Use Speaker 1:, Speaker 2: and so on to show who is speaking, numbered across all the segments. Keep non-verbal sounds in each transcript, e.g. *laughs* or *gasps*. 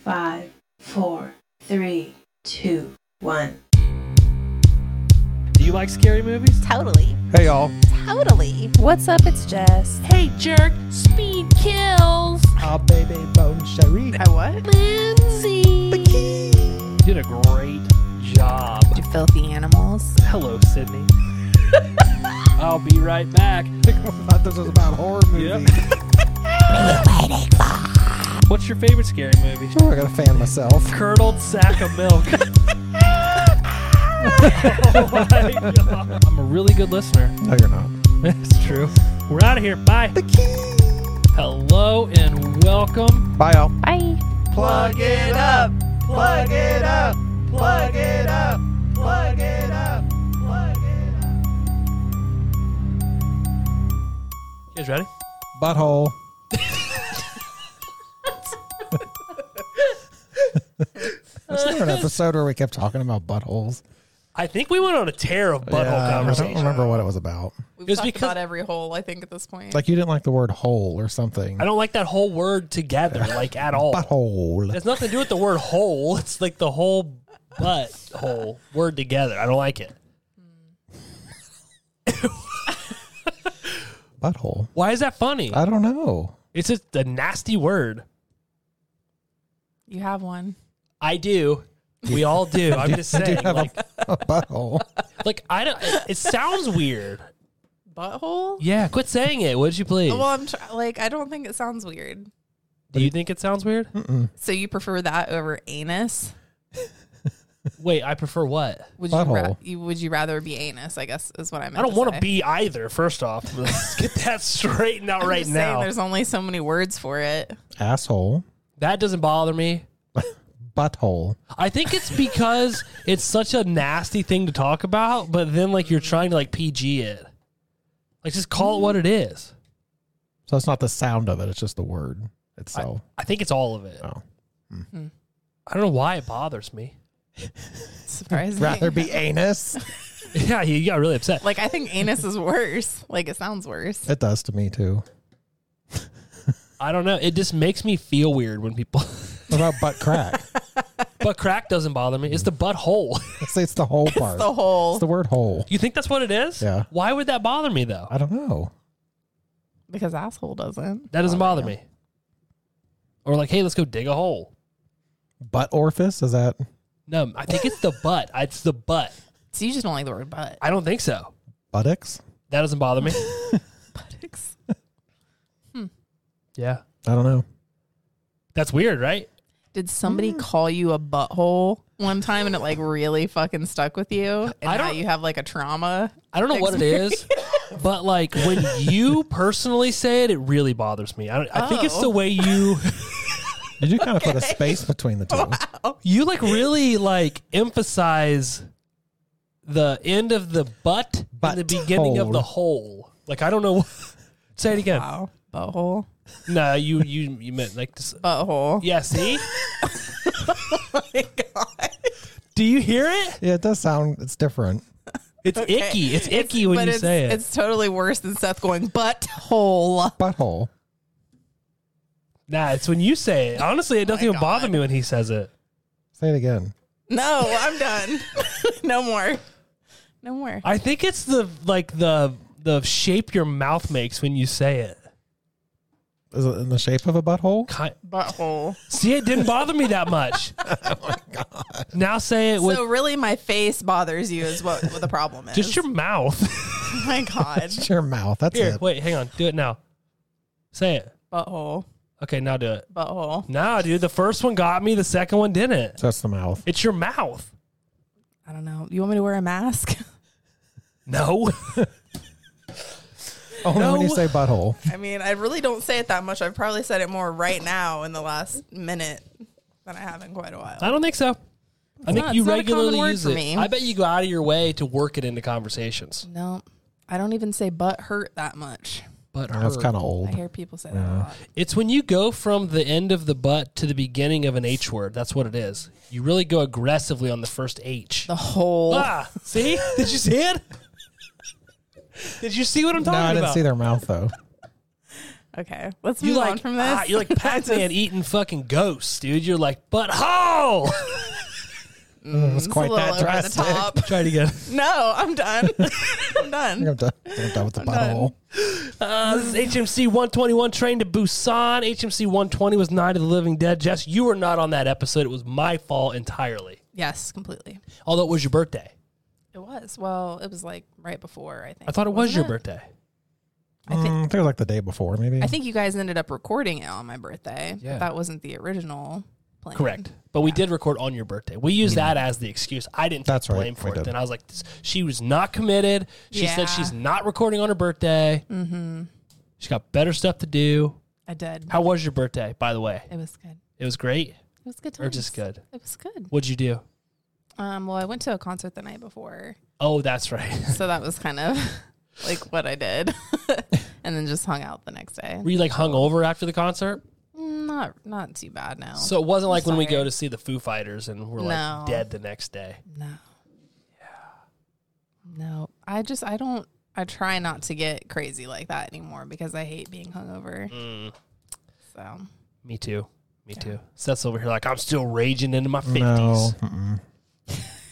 Speaker 1: five, four, three, two, one.
Speaker 2: Do you like scary movies?
Speaker 3: Totally.
Speaker 2: Hey, y'all.
Speaker 3: Totally.
Speaker 4: What's up? It's Jess.
Speaker 5: Hey, jerk. Speed kills.
Speaker 6: Ah,
Speaker 2: Oh, baby, bone
Speaker 6: *laughs*
Speaker 2: cherie.
Speaker 3: I what?
Speaker 5: Lindsay.
Speaker 2: You did a great job.
Speaker 3: You filthy animals.
Speaker 2: Hello,
Speaker 5: *laughs*
Speaker 2: Sydney. I'll be right back.
Speaker 6: thought this was about horror movies.
Speaker 2: What's your favorite scary movie?
Speaker 6: Oh, I gotta fan myself.
Speaker 2: Curdled sack
Speaker 5: *laughs*
Speaker 2: of milk. *laughs* Oh my God. I'm a really good listener.
Speaker 6: No, you're not.
Speaker 2: That's true. We're out of here. Bye. Hello and welcome.
Speaker 6: Bye, y'all.
Speaker 4: Bye.
Speaker 2: Plug it up. Plug it up. Plug it up. Plug it up. Plug it up. You guys ready?
Speaker 6: Butthole. *laughs* Was there an episode where we kept talking about buttholes?
Speaker 2: I think we went on a tear of butthole
Speaker 6: Yeah, I
Speaker 2: conversation.
Speaker 6: don't remember what it was about.
Speaker 3: We've
Speaker 2: was
Speaker 3: talked
Speaker 2: because-
Speaker 3: about every hole, I think, at this point.
Speaker 6: Like you didn't like the word hole or something.
Speaker 2: I don't like that whole word
Speaker 6: *laughs*
Speaker 2: together, like at all. It
Speaker 6: Butthole.
Speaker 2: has nothing to do with the word hole. It's like the whole butt hole word together. I don't like it.
Speaker 6: Butthole.
Speaker 2: Why is that funny?
Speaker 6: I don't know.
Speaker 2: It's just a nasty word.
Speaker 3: you have one.
Speaker 2: I do. We all do. I'm just
Speaker 6: *laughs* You do
Speaker 2: saying.
Speaker 6: have
Speaker 2: Like,
Speaker 6: a, a butthole.
Speaker 2: like I don't. It sounds weird.
Speaker 3: Butthole? Oh,
Speaker 2: Yeah, quit saying it. Would you please?
Speaker 3: Well, I'm tr- like, I don't think it sounds weird.
Speaker 2: Do you think it sounds weird?
Speaker 3: So you prefer that over anus?
Speaker 2: Wait, I prefer what?
Speaker 3: Would you, ra-
Speaker 6: Butthole.
Speaker 3: you would you rather be anus? I guess is what I meant.
Speaker 2: I don't
Speaker 3: want
Speaker 2: want to be either. First off, *laughs* let's get that straightened out right now.
Speaker 3: There's only so many words for it.
Speaker 6: *laughs* Asshole.
Speaker 2: That doesn't bother me.
Speaker 6: Butthole.
Speaker 2: I think it's *laughs* because it's such a nasty thing to talk about, but then like you're trying to like PG it. Like just call it what it is.
Speaker 6: So it's not the sound of it, it's just the word itself.
Speaker 2: I think it's all of it.
Speaker 6: Oh.
Speaker 2: I don't know why it bothers me.
Speaker 3: Surprising.
Speaker 6: Rather be anus.
Speaker 2: *laughs* yeah, you got really upset.
Speaker 3: Like I think anus is worse. Like it sounds worse.
Speaker 6: It does to me too.
Speaker 2: I don't know. It just makes me feel weird when people. *laughs*
Speaker 6: What about butt crack?
Speaker 2: but crack doesn't bother me. It's the butthole.
Speaker 6: Let's say it's the whole part.
Speaker 3: The whole
Speaker 6: It's the word hole.
Speaker 2: you think that's what it is?
Speaker 6: Yeah.
Speaker 2: Why would that bother me though?
Speaker 6: I don't know.
Speaker 3: because asshole doesn't.
Speaker 2: That doesn't bother me. Or like, hey, let's go dig a hole.
Speaker 6: Butt orifice? Is that
Speaker 2: No, I think it's the butt. *laughs* It's the butt.
Speaker 3: So you just don't like the word butt.
Speaker 2: I don't think so.
Speaker 6: buttocks?
Speaker 2: That doesn't bother me.
Speaker 3: Buttocks.
Speaker 2: yeah.
Speaker 6: I don't know.
Speaker 2: That's weird, right?
Speaker 3: Did somebody call you a butthole one time and it like really fucking stuck with you? And
Speaker 2: I
Speaker 3: now
Speaker 2: don't-
Speaker 3: you have like a trauma.
Speaker 2: I don't know what it is, but like when you personally say it, it really bothers me. I, don't, I think it's the
Speaker 3: Oh.
Speaker 2: way you
Speaker 6: You do kind of put a space between the two.
Speaker 2: you like really like emphasize the end of the butt, and the
Speaker 6: Butt
Speaker 2: beginning of
Speaker 6: hole.
Speaker 2: the hole. Like I don't know. *laughs* say it again.
Speaker 3: Wow. Oh, Butthole.
Speaker 2: No, you you you meant like this.
Speaker 3: Butthole.
Speaker 2: Yeah. See. Do you hear it?
Speaker 6: Yeah, it does sound it's different.
Speaker 2: It's icky. It's icky when
Speaker 3: but
Speaker 2: you
Speaker 3: it's,
Speaker 2: say it.
Speaker 3: It's totally worse than Seth going butthole.
Speaker 6: Butthole.
Speaker 2: nah, it's when you say it. Honestly, it doesn't even bother me when he says it.
Speaker 6: Say it again.
Speaker 3: No, I'm done. *laughs* no more. No more.
Speaker 2: I think it's the like the the shape your mouth makes when you say it.
Speaker 6: Is it in the shape of a butthole?
Speaker 2: Ki-
Speaker 3: Butthole.
Speaker 2: See, it didn't bother me that much. oh my god! Now say it with
Speaker 3: so really, my face bothers you is what, what the problem is.
Speaker 2: just your mouth.
Speaker 3: oh *laughs* my god,
Speaker 6: It's your mouth. That's
Speaker 2: Here,
Speaker 6: it.
Speaker 2: wait, hang on. Do it now. Say it.
Speaker 3: butthole,
Speaker 2: Okay, now do it.
Speaker 3: butthole.
Speaker 2: Nah, dude, the first one got me. The second one didn't.
Speaker 6: So that's the mouth.
Speaker 2: It's your mouth.
Speaker 3: I don't know. You want me to wear a mask?
Speaker 2: No, *laughs*
Speaker 6: Only when you
Speaker 2: No.
Speaker 6: say butthole.
Speaker 3: I mean, I really don't say it that much. I've probably said it more right now in the last minute than I have in quite a while.
Speaker 2: I don't think so. I think
Speaker 3: not-
Speaker 2: you
Speaker 3: it's not a
Speaker 2: regularly
Speaker 3: common word
Speaker 2: use
Speaker 3: for
Speaker 2: it.
Speaker 3: me.
Speaker 2: I bet you go out of your way to work it into conversations.
Speaker 3: No, I don't even say butt hurt that much.
Speaker 2: But
Speaker 6: That's
Speaker 2: her-
Speaker 6: kind of
Speaker 3: I
Speaker 6: old.
Speaker 3: hear people say that a lot.
Speaker 2: It's when you go from the end of the butt to the beginning of an H word. That's what it is. You really go aggressively on the first H.
Speaker 3: The whole.
Speaker 2: Ah, see? Did you see it? Did you see what I'm
Speaker 6: No,
Speaker 2: talking
Speaker 6: I didn't
Speaker 2: about?
Speaker 6: see their mouth though.
Speaker 3: Okay, let's
Speaker 2: You
Speaker 3: move
Speaker 2: like
Speaker 3: on from this.
Speaker 2: ah,
Speaker 3: *laughs*
Speaker 2: you're like Pac-Man eating fucking ghosts, dude. You're like butthole. *laughs*
Speaker 6: It was
Speaker 3: It's
Speaker 6: quite
Speaker 3: a little
Speaker 6: that
Speaker 3: over the
Speaker 6: drastic. I *laughs*
Speaker 3: top.
Speaker 2: Try to get.
Speaker 3: No, I'm *laughs* done. I'm
Speaker 6: think
Speaker 3: done.
Speaker 6: I'm done. I think I'm done with the
Speaker 3: done.
Speaker 6: butthole.
Speaker 2: Uh, this is HMC 121 train to Busan. HMC 120 was Night of the Living Dead. Jess, you were not on that episode. It was my fault entirely.
Speaker 3: Yes, completely.
Speaker 2: Although it was your birthday.
Speaker 3: It was. Well, it was like right before. I think.
Speaker 2: I thought it was
Speaker 3: Wasn't
Speaker 2: your birthday.
Speaker 6: I think, I think it was Mm, like the day before, maybe.
Speaker 3: I think you guys ended up recording it on my birthday.
Speaker 2: Yeah.
Speaker 3: But that wasn't the original plan.
Speaker 2: Correct. But we did record on your birthday. We used that as the excuse. I didn't
Speaker 6: That's
Speaker 2: take
Speaker 6: right.
Speaker 2: blame
Speaker 6: We
Speaker 2: for it.
Speaker 6: did.
Speaker 2: Then I was like, this- she was not committed. She
Speaker 3: Yeah.
Speaker 2: said she's not recording on her birthday. Mm-hmm. She's got better stuff to do.
Speaker 3: I did.
Speaker 2: How was your birthday, by the way?
Speaker 3: It was good.
Speaker 2: It was great
Speaker 3: It was good.
Speaker 2: or just
Speaker 3: times.
Speaker 2: good?
Speaker 3: It was good.
Speaker 2: What'd you do?
Speaker 3: Um. Well, I went to a concert the night before,
Speaker 2: Oh, that's right. *laughs*
Speaker 3: so that was kind of *laughs* like what I did, *laughs* and then just hung out the next day.
Speaker 2: Were you like hung over after the concert?
Speaker 3: Not not too bad now.
Speaker 2: So it wasn't like when we
Speaker 3: Sorry.
Speaker 2: go to see the Foo Fighters and we're
Speaker 3: No.
Speaker 2: like dead the next day.
Speaker 3: No. Yeah. No. I just I don't I try not to get crazy like that anymore because I hate being hungover.
Speaker 2: Mm.
Speaker 3: So
Speaker 2: Me too. Me too. Seth's over here like I'm still raging into my fifties.
Speaker 6: No.
Speaker 2: *laughs*
Speaker 6: Mm-mm.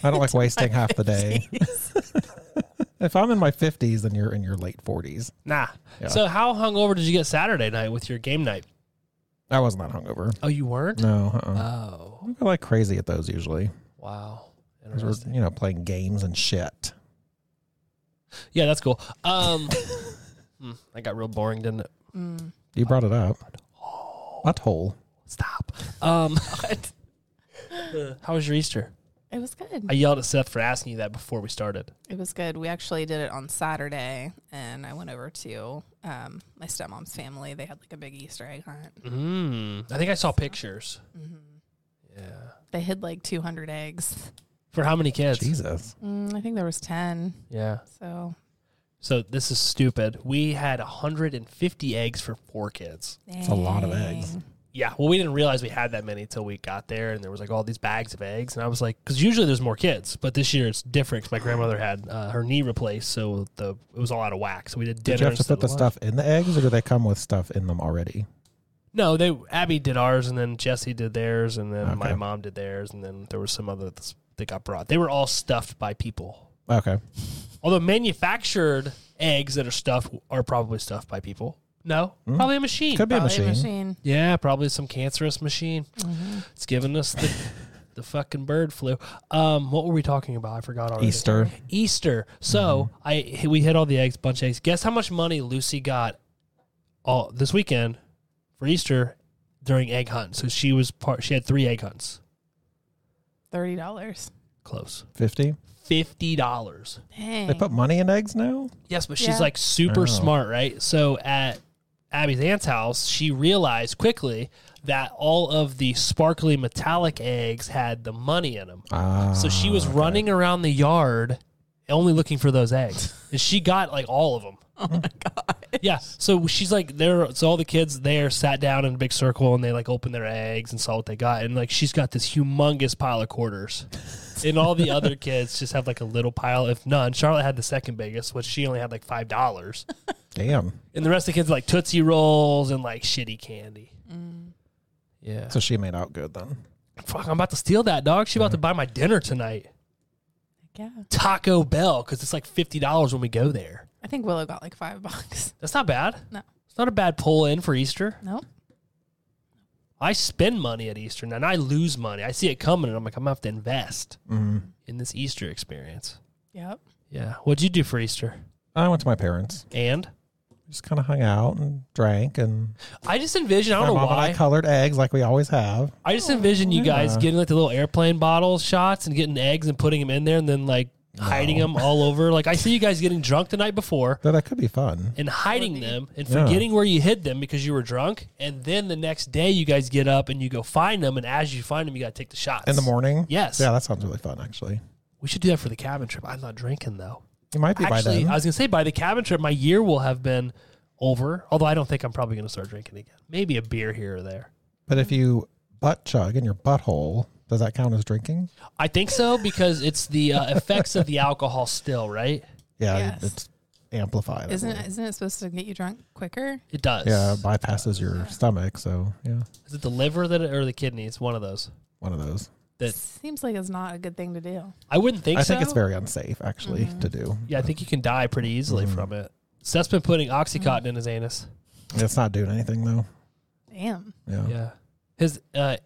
Speaker 6: I don't like wasting half the day. *laughs* if I'm in my 50s, then you're in your late 40s.
Speaker 2: Nah.
Speaker 6: Yeah.
Speaker 2: So how hungover did you get Saturday night with your game night?
Speaker 6: I wasn't that hungover.
Speaker 2: Oh, you weren't.
Speaker 6: No, uh-uh.
Speaker 2: Oh,
Speaker 6: I like crazy at those usually.
Speaker 2: wow.
Speaker 6: 'Cause we're, you know, playing games and shit.
Speaker 2: Yeah, that's cool.
Speaker 6: *laughs*
Speaker 2: Um, hmm, that got real boring, didn't it?
Speaker 3: mm.
Speaker 2: Oh,
Speaker 6: You brought it up. Butthole.
Speaker 2: Stop. *laughs* Um, how was your Easter?
Speaker 3: it was good.
Speaker 2: I yelled at Seth for asking you that before we started.
Speaker 3: it was good. We actually did it on Saturday and I went over to um, my stepmom's family. They had like a big Easter egg hunt. Mm-hmm.
Speaker 2: Mm, I think I saw pictures. Yeah.
Speaker 3: They hid like 200 eggs.
Speaker 2: For how many kids?
Speaker 6: Jesus.
Speaker 3: Mm, I think there was 10.
Speaker 2: Yeah.
Speaker 3: So
Speaker 2: So this is stupid. We had 150 eggs for four kids.
Speaker 3: it's
Speaker 6: a lot of eggs.
Speaker 2: Yeah. Well, we didn't realize we had that many until we got there, and there was like all these bags of eggs, and I was like, because usually there's more kids, but this year it's different. 'cause my grandmother had uh, her knee replaced, so the it was all out of whack. So we did dinner.
Speaker 6: Did you have to
Speaker 2: instead
Speaker 6: put the
Speaker 2: of lunch.
Speaker 6: stuff in the eggs or do they come with stuff in them already?
Speaker 2: No, they Abby did ours, and then Jesse did theirs, and then my
Speaker 6: Okay.
Speaker 2: mom did theirs, and then there was some other that got brought. They were all stuffed by people.
Speaker 6: Okay.
Speaker 2: Although manufactured eggs that are stuffed are probably stuffed by people. No, probably a machine.
Speaker 6: Mm-hmm. Could be a
Speaker 3: Probably
Speaker 6: machine.
Speaker 3: a machine.
Speaker 2: Yeah, probably some cancerous machine. It's giving us the, the fucking bird flu. Um, what were we talking about? I forgot already.
Speaker 6: Easter.
Speaker 2: Easter. So I we hit all the eggs, bunch of eggs. Guess how much money Lucy got all this weekend for Easter during egg hunt. So she was part. She had three egg hunts.
Speaker 3: $30.
Speaker 2: Close
Speaker 6: 50.
Speaker 2: fifty dollars.
Speaker 3: Dang.
Speaker 6: They put money in eggs now?
Speaker 2: Yes, but
Speaker 3: Yeah.
Speaker 2: she's like super
Speaker 6: Oh.
Speaker 2: smart, right? So at Abby's aunt's house, she realized quickly that all of the sparkly metallic eggs had the money in them.
Speaker 6: Ah.
Speaker 2: So she was running around the yard only looking for those eggs. and she got like all of them. Oh my god. Yeah. So she's like there so all the kids there sat down in a big circle and they like opened their eggs and saw what they got and like she's got this humongous pile of *laughs* quarters. and all the other kids just have like a little pile if none. Charlotte had the second biggest, which she only had like $5.
Speaker 6: Damn.
Speaker 2: And the rest of the kids like Tootsie Rolls and like shitty candy.
Speaker 3: Mm,
Speaker 2: Yeah.
Speaker 6: So she made out good then.
Speaker 2: Fuck, I'm about to steal that dog. She about to buy my dinner tonight.
Speaker 3: yeah.
Speaker 2: Taco Bell because it's like fifty dollars when we go there.
Speaker 3: I think Willow got like five bucks.
Speaker 2: That's not bad.
Speaker 3: No.
Speaker 2: It's not a bad pull in for Easter.
Speaker 3: Nope.
Speaker 2: I spend money at Easter and I lose money. I see it coming and I'm like, I'm gonna have to invest
Speaker 6: Mm-hmm.
Speaker 2: in this Easter experience.
Speaker 3: Yep.
Speaker 2: Yeah. What'd you do for Easter?
Speaker 6: I went to my parents.
Speaker 2: And
Speaker 6: Just kind of hung out and drank and
Speaker 2: I just envision, I
Speaker 6: my
Speaker 2: don't know
Speaker 6: mom and I
Speaker 2: why.
Speaker 6: colored eggs like we always have.
Speaker 2: I just envision you guys
Speaker 6: yeah.
Speaker 2: getting like the little airplane bottle shots and getting eggs and putting them in there and then like hiding them all over. Like I see you guys getting drunk the night before
Speaker 6: Though that could be fun.
Speaker 2: and hiding them and
Speaker 6: Yeah.
Speaker 2: forgetting where you hid them because you were drunk. And then the next day, you guys get up and you go find them. And as you find them, you got to take the shots
Speaker 6: In the morning?
Speaker 2: Yes.
Speaker 6: Yeah, that sounds really fun actually.
Speaker 2: We should do that for the cabin trip. I'm not drinking though.
Speaker 6: You might be
Speaker 2: Actually,
Speaker 6: by then.
Speaker 2: I was gonna say by the cabin trip, my year will have been over. Although I don't think I'm probably gonna start drinking again. Maybe a beer here or there.
Speaker 6: But if you butt chug in your butthole, does that count as drinking? *laughs*
Speaker 2: I think so because it's the uh, effects of the alcohol still, right?
Speaker 6: Yeah,
Speaker 3: Yes.
Speaker 6: it's amplify it. I
Speaker 3: Isn't
Speaker 6: believe.
Speaker 3: isn't it supposed to get you drunk quicker?
Speaker 2: It does.
Speaker 6: Yeah, it bypasses your stomach. So yeah,
Speaker 2: Is it the liver that it, or the kidney? It's one of those.
Speaker 6: one of those.
Speaker 2: That
Speaker 3: Seems like it's not a good thing to do.
Speaker 2: I wouldn't think.
Speaker 6: I think
Speaker 2: so.
Speaker 6: it's very unsafe actually to do.
Speaker 2: Yeah, I think you can die pretty easily from it. Seth's been putting oxycontin in his anus.
Speaker 6: It's not doing anything though.
Speaker 3: Damn. *laughs*
Speaker 6: Yeah.
Speaker 2: Yeah, his uh,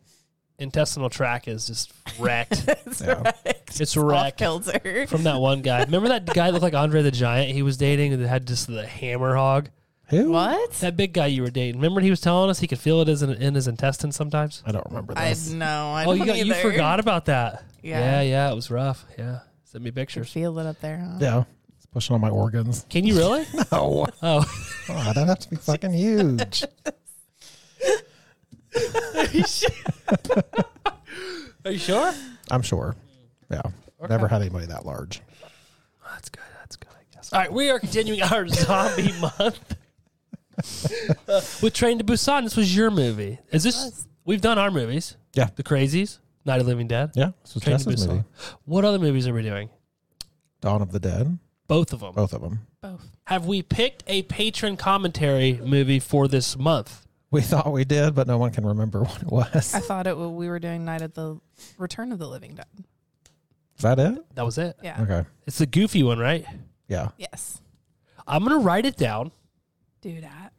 Speaker 2: intestinal tract is just
Speaker 3: *laughs*
Speaker 2: wrecked
Speaker 3: It's
Speaker 6: Yeah.
Speaker 3: wrecked.
Speaker 2: It's wrecked.
Speaker 3: Off kilter.
Speaker 2: *laughs* from that one guy. Remember that guy that looked like Andre the Giant? He was dating that had just the hammer hog.
Speaker 6: Who?
Speaker 3: What?
Speaker 2: That big guy you were dating. Remember he was telling us he could feel it as in, in his intestines sometimes.
Speaker 6: I don't remember
Speaker 3: I
Speaker 6: this.
Speaker 3: know. I
Speaker 2: Oh,
Speaker 3: don't
Speaker 2: you got, you
Speaker 3: either.
Speaker 2: forgot about that.
Speaker 3: Yeah.
Speaker 2: yeah, yeah, it was rough. Yeah, send me
Speaker 3: Can
Speaker 2: pictures.
Speaker 3: feel it up there. Huh?
Speaker 6: yeah, it's pushing on my organs. *laughs*
Speaker 2: Can you
Speaker 3: *laughs*
Speaker 2: really?
Speaker 6: No,
Speaker 2: Oh,
Speaker 6: oh, that have to be fucking huge.
Speaker 2: are you sure?
Speaker 6: *laughs* I'm sure. Yeah, never had anybody that large.
Speaker 2: That's good. That's good. I guess. All right, we are continuing our *laughs* zombie month Uh, with Train to Busan. This was your movie. Is this?
Speaker 3: was.
Speaker 2: We've done our movies.
Speaker 6: Yeah.
Speaker 2: The Crazies, Night of the Living Dead.
Speaker 6: Yeah, this was
Speaker 2: Train to
Speaker 6: Jess's
Speaker 2: Busan.
Speaker 6: movie.
Speaker 2: What other movies are we doing?
Speaker 6: Dawn of the Dead.
Speaker 2: Both of them.
Speaker 6: Both of them.
Speaker 3: Both.
Speaker 2: Have we picked a patron commentary movie for this month?
Speaker 6: We thought we did, but no one can remember *laughs* what it was.
Speaker 3: I thought it. wa- We were doing Night of the Return of the Living Dead.
Speaker 6: Is that it?
Speaker 2: That was it.
Speaker 3: Yeah.
Speaker 6: Okay.
Speaker 2: It's the goofy one, right?
Speaker 6: Yeah.
Speaker 3: Yes.
Speaker 2: I'm gonna write it down.
Speaker 3: Do that.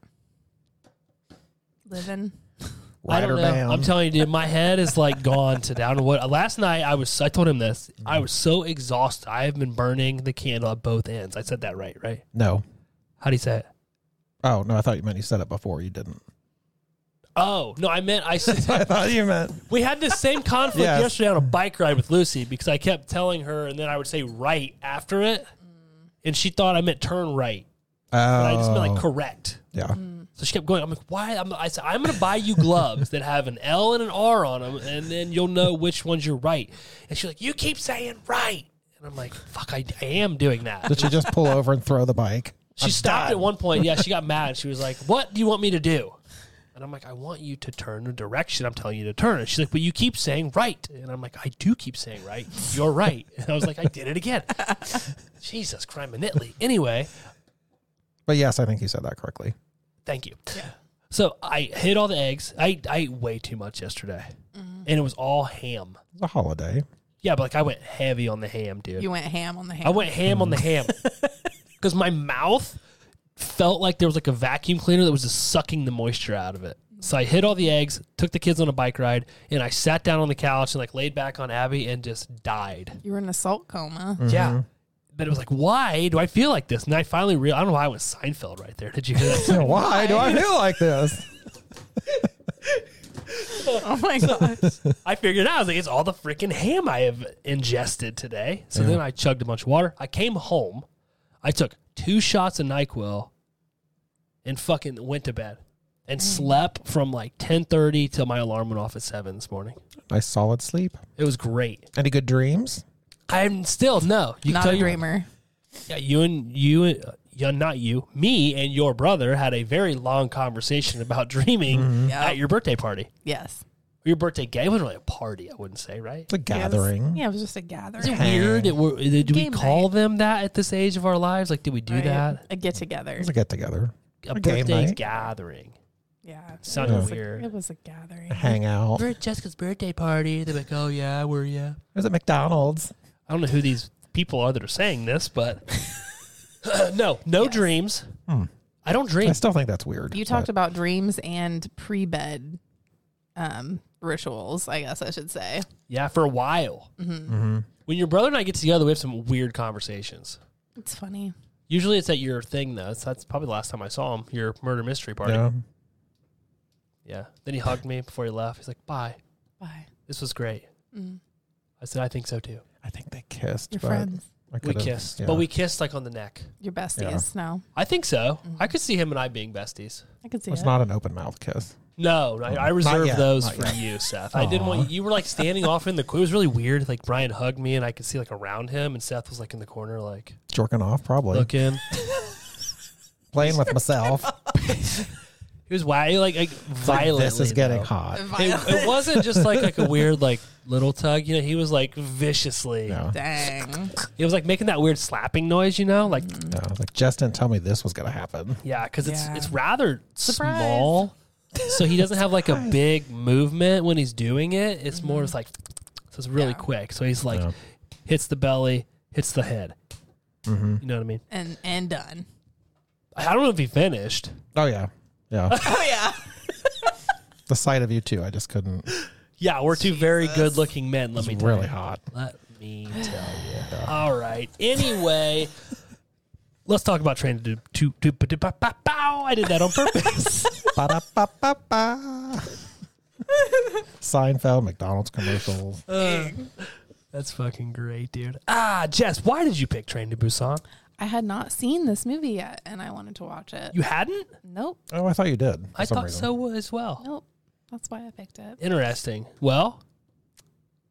Speaker 3: Living.
Speaker 2: I
Speaker 6: Write
Speaker 2: don't
Speaker 6: her
Speaker 2: know.
Speaker 6: down.
Speaker 2: I'm telling you, dude, my head is like gone to down. What last night I was, I told him this. I was so exhausted. I have been burning the candle at both ends. I said that right, right?
Speaker 6: no.
Speaker 2: How do you say it?
Speaker 6: Oh no, I thought you meant you said it before. You didn't. *laughs*
Speaker 2: Oh no, I meant I.
Speaker 6: That's *laughs*
Speaker 2: Said,
Speaker 6: what I thought you meant.
Speaker 2: we had this same conflict
Speaker 6: Yes.
Speaker 2: yesterday on a bike ride with Lucy because I kept telling her, and then I would say right after it, and she thought I meant turn right,
Speaker 6: Oh,
Speaker 2: and I just meant like Hmm. correct.
Speaker 6: yeah.
Speaker 2: So she kept going. I'm like, why? I'm, I said, I'm going to buy you gloves that have an L and an R on them, and then you'll know which ones you're right. And she's like, you keep saying right. And I'm like, fuck, I, I am doing that.
Speaker 6: Did she just pull over and throw the bike?
Speaker 2: She
Speaker 6: I'm
Speaker 2: stopped
Speaker 6: done.
Speaker 2: at one point. Yeah, she
Speaker 6: *laughs*
Speaker 2: got mad. She was like, what do you want me to do? And I'm like, I want you to turn the direction I'm telling you to turn. And she's like, but you keep saying right. And I'm like, I do keep saying right. You're right. *laughs* And I was like, I did it
Speaker 6: *laughs*
Speaker 2: again. Jesus, crime and Italy. Anyway,
Speaker 6: But yes, I think you said that correctly.
Speaker 2: Thank you. So I hid all the eggs. I, I ate way too much yesterday,
Speaker 6: Mm-hmm.
Speaker 2: and it was all ham.
Speaker 6: It's a holiday.
Speaker 2: Yeah, but like I went heavy on the ham, dude.
Speaker 3: You went ham on the ham.
Speaker 2: I went ham on the ham because my mouth felt like there was like a vacuum cleaner that was just sucking the moisture out of it. So I hid all the eggs, took the kids on a bike ride, and I sat down on the couch and like laid back on Abby and just died.
Speaker 3: You were in a salt coma.
Speaker 2: Yeah. But it was like, why do I feel like this? And I finally realized, I don't know why I went Seinfeld right there. Did you hear that?
Speaker 6: Why do I feel like this?
Speaker 3: *laughs* Oh my gosh.
Speaker 2: I figured it out. I was like, it's all the freaking ham I have ingested today. So then I chugged a bunch of water. I came home. I took two shots of NyQuil and fucking went to bed
Speaker 3: Mm.
Speaker 2: and slept from like 10.30 till my alarm went off at 7 this morning.
Speaker 6: Nice solid sleep.
Speaker 2: It was great.
Speaker 6: Any good dreams?
Speaker 2: I'm still, no. You
Speaker 3: Not
Speaker 2: tell
Speaker 3: a
Speaker 2: your-
Speaker 3: dreamer.
Speaker 2: Yeah, you and you, and- uh, yeah, not you, me and your brother had a very long conversation about *laughs* dreaming
Speaker 3: Yeah.
Speaker 2: at your birthday party.
Speaker 3: Yes.
Speaker 2: Your birthday game wasn't really a party, I wouldn't say, right?
Speaker 6: It's a gathering.
Speaker 3: Yeah, it was just a gathering.
Speaker 2: weird? that we're- Did we
Speaker 3: Game
Speaker 2: call them that at this age of our lives? Like, did we do
Speaker 3: Right?
Speaker 2: that?
Speaker 3: A get together.
Speaker 6: It's a get together.
Speaker 2: A,
Speaker 6: game
Speaker 2: birthday
Speaker 6: night.
Speaker 2: gathering.
Speaker 3: Yeah.
Speaker 2: Sounded
Speaker 3: It was a-
Speaker 2: weird.
Speaker 3: It was a gathering.
Speaker 6: Hang out.
Speaker 2: We're at Jessica's birthday party. They're like, oh, yeah, were you?
Speaker 6: Is it McDonald's?
Speaker 2: I don't know who these people are that are saying this, but *laughs* no, no dreams. I don't
Speaker 6: I
Speaker 2: dream.
Speaker 6: still think Hmm. that's weird.
Speaker 3: You talked about dreams and pre bed um, rituals, I guess I should say.
Speaker 2: Yeah, for a while.
Speaker 6: mm-hmm,
Speaker 2: When your brother and I get together, we have some weird conversations.
Speaker 3: It's funny.
Speaker 2: Usually it's at your thing, though. So that's probably the last time I saw him, your murder mystery
Speaker 6: but-
Speaker 2: party.
Speaker 6: Yeah.
Speaker 2: yeah. Then he hugged me before he left. He's like, bye.
Speaker 3: Bye.
Speaker 2: This was great. Mm. I said, I think so too.
Speaker 6: I think they kissed.
Speaker 3: Your
Speaker 6: but
Speaker 3: friends,
Speaker 6: I
Speaker 2: We
Speaker 6: could've-
Speaker 2: kissed,
Speaker 6: yeah.
Speaker 2: but we kissed like on the neck.
Speaker 3: your besties. No,
Speaker 2: I think so. I could see him and I being besties.
Speaker 3: I could see
Speaker 6: It's
Speaker 3: it.
Speaker 6: not an open mouth kiss.
Speaker 2: No, no, I reserved
Speaker 6: yet,
Speaker 2: those
Speaker 6: not
Speaker 2: for
Speaker 6: yet.
Speaker 2: you, Seth. I didn't want you were like standing off in the. It was really weird. Like Brian hugged me, and I could see like around him, and Seth was like in the corner, like
Speaker 6: Jerking off, probably.
Speaker 2: looking.
Speaker 3: *laughs*
Speaker 6: Playing with myself.
Speaker 2: He was wow, like,
Speaker 6: *laughs*
Speaker 2: like violently.
Speaker 6: This is getting
Speaker 2: though.
Speaker 3: *laughs*
Speaker 6: hot.
Speaker 2: It,
Speaker 3: Violent.
Speaker 2: it wasn't just like like a weird like little tug. You know, he was like viciously.
Speaker 6: No,
Speaker 3: Dang.
Speaker 2: It was like making that weird slapping noise. You know, like
Speaker 6: no. Like Jess didn't tell me this was gonna happen.
Speaker 2: yeah, because it's
Speaker 3: Yeah.
Speaker 2: it's rather
Speaker 3: Surprise.
Speaker 2: small. *laughs* So he doesn't have like a big movement when he's doing it. It's more it's like so it's really
Speaker 3: Mm-hmm. Yeah.
Speaker 2: quick. So he's like
Speaker 6: Yeah.
Speaker 2: hits the belly, hits the head.
Speaker 6: hmm
Speaker 2: You know what I mean?
Speaker 3: And and done.
Speaker 2: I don't know if he finished.
Speaker 6: Oh yeah, yeah.
Speaker 3: *laughs* Oh yeah.
Speaker 6: *laughs* the sight of you too, I just couldn't. It
Speaker 2: Yeah, we're two very good looking men. Let
Speaker 6: was
Speaker 2: me tell
Speaker 6: really
Speaker 2: you.
Speaker 6: hot.
Speaker 2: Let
Speaker 3: *sighs*
Speaker 2: me tell you. All right.
Speaker 3: *laughs*
Speaker 2: Anyway, let's talk about train to to to to- to- pow. I did that on
Speaker 3: *laughs*
Speaker 2: purpose.
Speaker 6: Ba-da-ba-ba-ba. Seinfeld, McDonald's commercials.
Speaker 2: *laughs* That's fucking great, dude. Ah, Jess, why did you pick Train to Busan?
Speaker 3: I had not seen this movie yet, and I wanted to watch it.
Speaker 2: You hadn't?
Speaker 3: nope.
Speaker 6: Oh, I thought you did. for
Speaker 2: I
Speaker 6: some
Speaker 2: thought
Speaker 6: reason.
Speaker 2: so as well.
Speaker 3: Nope. That's why I picked it.
Speaker 2: Interesting. Well,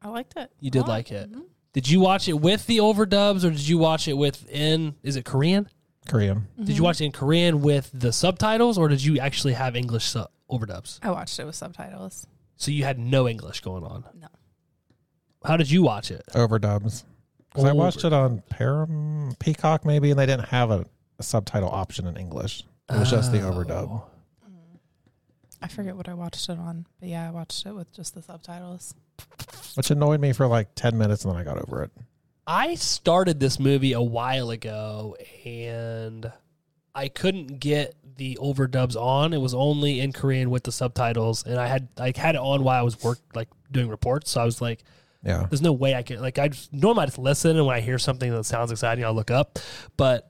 Speaker 3: I liked it.
Speaker 2: you
Speaker 3: a
Speaker 2: did
Speaker 3: lot.
Speaker 2: like it. Did you watch it with the overdubs or did you watch it within is it Korean?
Speaker 6: Korean.
Speaker 3: Mm-hmm.
Speaker 2: Did you watch it in Korean with the subtitles or did you actually have English su- overdubs?
Speaker 3: I watched it with subtitles.
Speaker 2: So you had no English going on.
Speaker 3: No.
Speaker 2: How did you watch it?
Speaker 6: overdubs. 'Cause I watched it on Param Peacock maybe, and they didn't have a, a subtitle option in English. It was just the
Speaker 2: Oh.
Speaker 6: overdub.
Speaker 3: Mm. I forget what I watched it on, but yeah, I watched it with just the subtitles.
Speaker 6: which annoyed me for like 10 minutes and then I got over it.
Speaker 2: I started this movie a while ago and I couldn't get the overdubs on. It was only in Korean with the subtitles and I had like had it on while I was work like doing reports. So I was like,
Speaker 6: Yeah.
Speaker 2: there's no way I can like I just normally I just listen and when I hear something that sounds exciting, I'll look up. But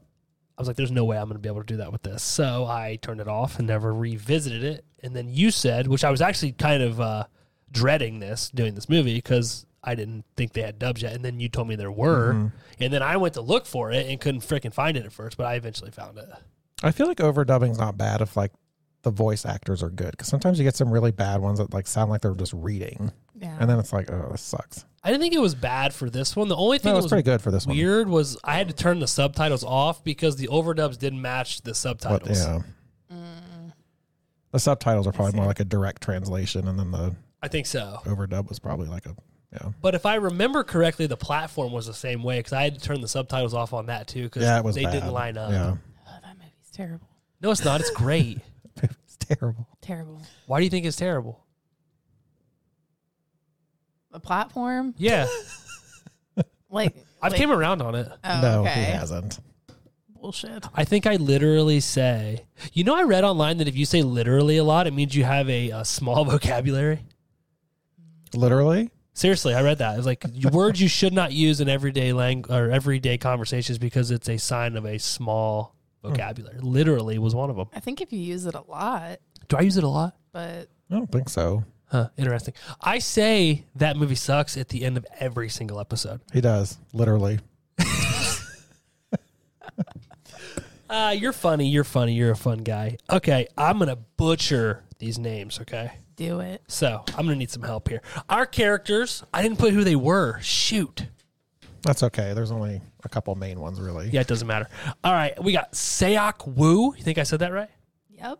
Speaker 2: I was like, there's no way I'm gonna be able to do that with this. So I turned it off and never revisited it. And then you said, which I was actually kind of uh, dreading this doing this movie because I didn't think they had dubs yet. And then you told me there were,
Speaker 6: Mm-hmm.
Speaker 2: and then I went to look for it and couldn't freaking find it at first, but I eventually found it.
Speaker 6: I feel like overdubbing's not bad if like the voice actors are good because sometimes you get some really bad ones that like sound like they're just reading.
Speaker 3: Yeah.
Speaker 6: And then it's like, oh, this sucks.
Speaker 2: I didn't think it was bad for this one. The only thing
Speaker 6: No, it
Speaker 2: that
Speaker 6: was
Speaker 2: was
Speaker 6: pretty good for this one.
Speaker 2: weird was I had to turn the subtitles off because the overdubs didn't match the
Speaker 6: But
Speaker 2: subtitles.
Speaker 6: yeah.
Speaker 3: Mm.
Speaker 6: The subtitles are probably more like a direct translation and then the
Speaker 2: I think so.
Speaker 6: overdub was probably like a, yeah.
Speaker 2: But if I remember correctly, the platform was the same way because I had to turn the subtitles off on that too because
Speaker 6: Yeah, it was
Speaker 2: they
Speaker 6: bad.
Speaker 2: didn't line up.
Speaker 6: Yeah. *laughs*
Speaker 3: oh, that movie's terrible.
Speaker 2: No, it's not. It's great.
Speaker 6: It's terrible.
Speaker 3: Terrible.
Speaker 2: Why do you think it's terrible?
Speaker 3: The platform,
Speaker 2: Yeah,
Speaker 3: like
Speaker 2: *laughs* I've
Speaker 3: like-
Speaker 2: came around on it.
Speaker 3: Oh,
Speaker 6: no,
Speaker 3: okay.
Speaker 6: he hasn't.
Speaker 3: Bullshit.
Speaker 2: I think I literally say, you know, I read online that if you say literally a lot, it means you have a, a small *laughs* vocabulary.
Speaker 6: Literally?
Speaker 2: Seriously, I read that. It's like words you should not use in everyday lang- or everyday conversations because it's a sign of a small vocabulary. Literally was one of them.
Speaker 3: I think if you use it a lot,
Speaker 2: Do I use it a lot?
Speaker 3: but
Speaker 6: I don't think so.
Speaker 2: Huh, interesting. I say that movie sucks at the end of every single episode.
Speaker 6: He does. Literally.
Speaker 2: Uh, you're funny. You're funny. You're a fun guy. Okay, I'm going to butcher these names, okay?
Speaker 3: do it.
Speaker 2: So I'm going to need some help here. Our characters, I didn't put who they were. Shoot.
Speaker 6: That's okay. There's only a couple main ones really.
Speaker 2: Yeah, it doesn't matter. All right, we got Seok Woo. You think I said that right?
Speaker 3: Yep.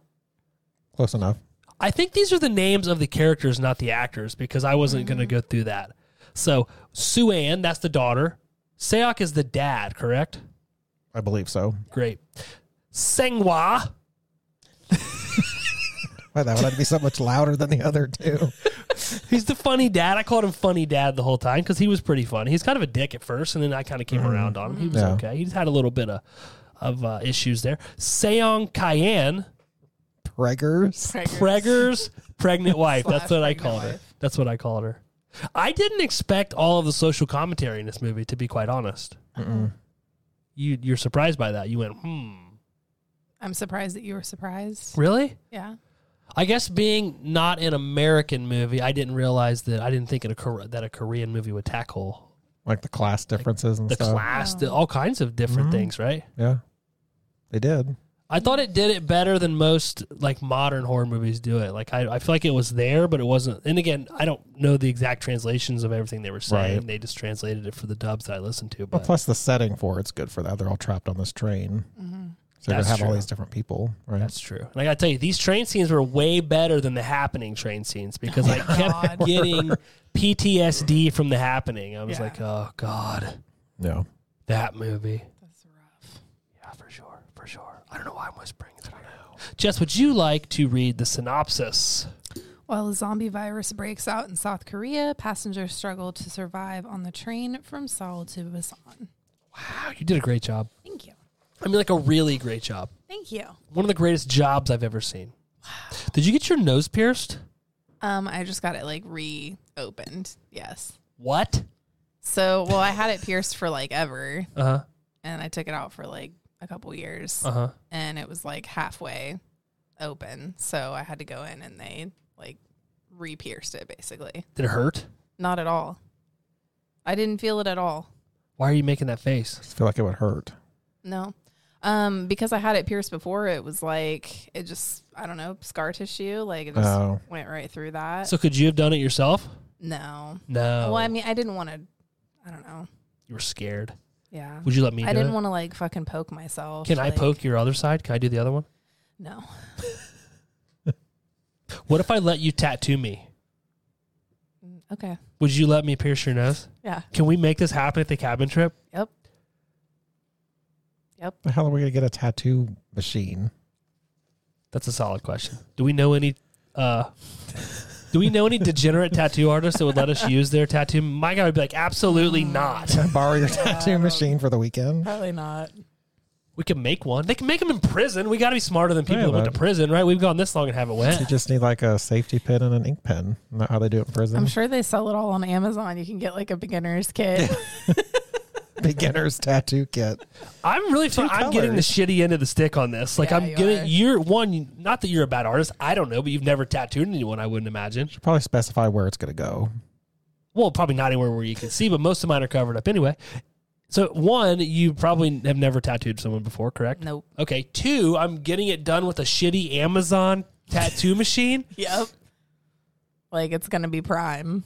Speaker 6: Close enough.
Speaker 2: I think these are the names of the characters, not the actors, because I wasn't going
Speaker 3: Mm-hmm.
Speaker 2: to go through that. So Sue Ann, that's the daughter. Seok is the dad, correct?
Speaker 6: I believe so.
Speaker 2: Great. Senghua.
Speaker 6: Why that would be so much louder than the other two?
Speaker 2: He's the funny dad. I called him funny dad the whole time because he was pretty funny. He's kind of a dick at first, and then I kind of
Speaker 3: Mm-hmm.
Speaker 2: came around on him. He was
Speaker 6: Yeah.
Speaker 2: okay. He's had a little bit of of uh, issues there. Seong Cayenne,
Speaker 6: Preggers.
Speaker 2: *laughs* Preggers
Speaker 3: *laughs*
Speaker 2: pregnant wife. That's
Speaker 3: Slash
Speaker 2: what I
Speaker 3: pregnant
Speaker 2: called her.
Speaker 3: wife.
Speaker 2: That's what I called her. I didn't expect all of the social commentary in this movie, to be quite honest. You you're surprised by that. You went, hmm,
Speaker 3: I'm surprised that you were surprised.
Speaker 2: really?
Speaker 3: Yeah.
Speaker 2: I guess being not an American movie, I didn't realize that. I didn't think it a, Kor- that a Korean movie would tackle
Speaker 6: Like the class differences and
Speaker 2: the
Speaker 6: stuff.
Speaker 2: class, the, all kinds of different
Speaker 6: Mhm.
Speaker 2: things, right?
Speaker 6: yeah. They did.
Speaker 2: I thought it did it better than most like modern horror movies do it. Like I, I feel like it was there, but it wasn't. And again, I don't know the exact translations of everything they were saying.
Speaker 6: Right.
Speaker 2: They just translated it for the dubs that I listened to.
Speaker 6: Well,
Speaker 2: But
Speaker 3: Mm-hmm.
Speaker 6: plus the setting for it's good for that. They're all trapped on this train. So you're
Speaker 2: That's
Speaker 6: gonna have all
Speaker 2: true.
Speaker 6: these different people, right?
Speaker 2: That's true. And I gotta tell you, these train scenes were way better than the happening train scenes because I kept
Speaker 3: Oh God.
Speaker 2: *laughs* getting PTSD from the happening. I was
Speaker 3: Yeah.
Speaker 2: like, oh god,
Speaker 6: yeah.
Speaker 2: that movie.
Speaker 3: That's rough.
Speaker 2: Yeah, for sure, for sure. I don't know why I'm whispering. I don't know. Jess, would you like to read the synopsis?
Speaker 3: While a zombie virus breaks out in South Korea, passengers struggle to survive on the train from Seoul to Busan.
Speaker 2: Wow, you did a great job.
Speaker 3: Thank you.
Speaker 2: I mean, like a really great job.
Speaker 3: Thank you.
Speaker 2: One of the greatest jobs I've ever seen. Did you get your nose pierced?
Speaker 3: Um, I just got it like reopened. Yes.
Speaker 2: What?
Speaker 3: So, well, I had it pierced for like ever,
Speaker 2: Uh huh.
Speaker 3: and I took it out for like a couple years,
Speaker 2: Uh huh.
Speaker 3: and it was like halfway open. So I had to go in, and they like re-pierced it basically.
Speaker 2: Did it hurt?
Speaker 3: Not at all. I didn't feel it at all.
Speaker 2: Why are you making that face?
Speaker 6: I feel like it would hurt.
Speaker 3: No. Um, because I had it pierced before, it was like it just I don't know, scar tissue, like it just
Speaker 6: Oh.
Speaker 3: went right through that.
Speaker 2: So Oh. could you have done it yourself?
Speaker 3: no.
Speaker 2: No.
Speaker 3: Well, I mean I didn't want to I don't know.
Speaker 2: you were scared.
Speaker 3: Yeah.
Speaker 2: Would you let me do
Speaker 3: I didn't
Speaker 2: it?
Speaker 3: want to like fucking poke myself.
Speaker 2: Can I
Speaker 3: like-
Speaker 2: poke your other side? Can I do the other one?
Speaker 3: No.
Speaker 2: What if I let you tattoo me?
Speaker 3: Mm, Okay.
Speaker 2: Would you let me pierce your nose?
Speaker 3: Yeah.
Speaker 2: Can we make this happen at the cabin trip?
Speaker 3: Yep.
Speaker 6: The hell are we gonna get a tattoo
Speaker 2: *laughs*
Speaker 6: machine?
Speaker 2: That's a solid question. Do we know any uh do we
Speaker 3: *laughs*
Speaker 2: know any degenerate tattoo artists that would let us use their tattoo? My guy would be like, absolutely
Speaker 3: Mm.
Speaker 2: not.
Speaker 6: Can I borrow your tattoo machine for the weekend?
Speaker 3: Probably not.
Speaker 2: We can make one. They can make them in prison. We got to be smarter than people
Speaker 6: Yeah,
Speaker 2: that went to
Speaker 6: but-
Speaker 2: prison, right? We've gone this long and haven't
Speaker 6: You
Speaker 2: went.
Speaker 6: just need like a safety pin and an ink pen. Isn't that how they do it in prison?
Speaker 3: I'm sure they sell it all on Amazon. You can get like a beginner's kit.
Speaker 6: Beginner's tattoo kit.
Speaker 2: I'm really,
Speaker 6: Two
Speaker 2: I'm getting the
Speaker 6: colors.
Speaker 2: shitty end of the stick on this. Like,
Speaker 3: Yeah,
Speaker 2: I'm
Speaker 3: you
Speaker 2: getting,
Speaker 3: are.
Speaker 2: you're one, not that you're a bad artist. I don't know, but you've never tattooed anyone, I wouldn't imagine.
Speaker 6: Should probably specify where it's gonna go.
Speaker 2: Well, probably not anywhere where you can see, but most of mine are covered up anyway. So, one, you probably have never tattooed someone before, correct?
Speaker 3: *laughs* nope.
Speaker 2: Okay. Two, I'm getting it done with a shitty Amazon tattoo
Speaker 3: *laughs*
Speaker 2: machine.
Speaker 3: Yep. Like it's gonna be prime.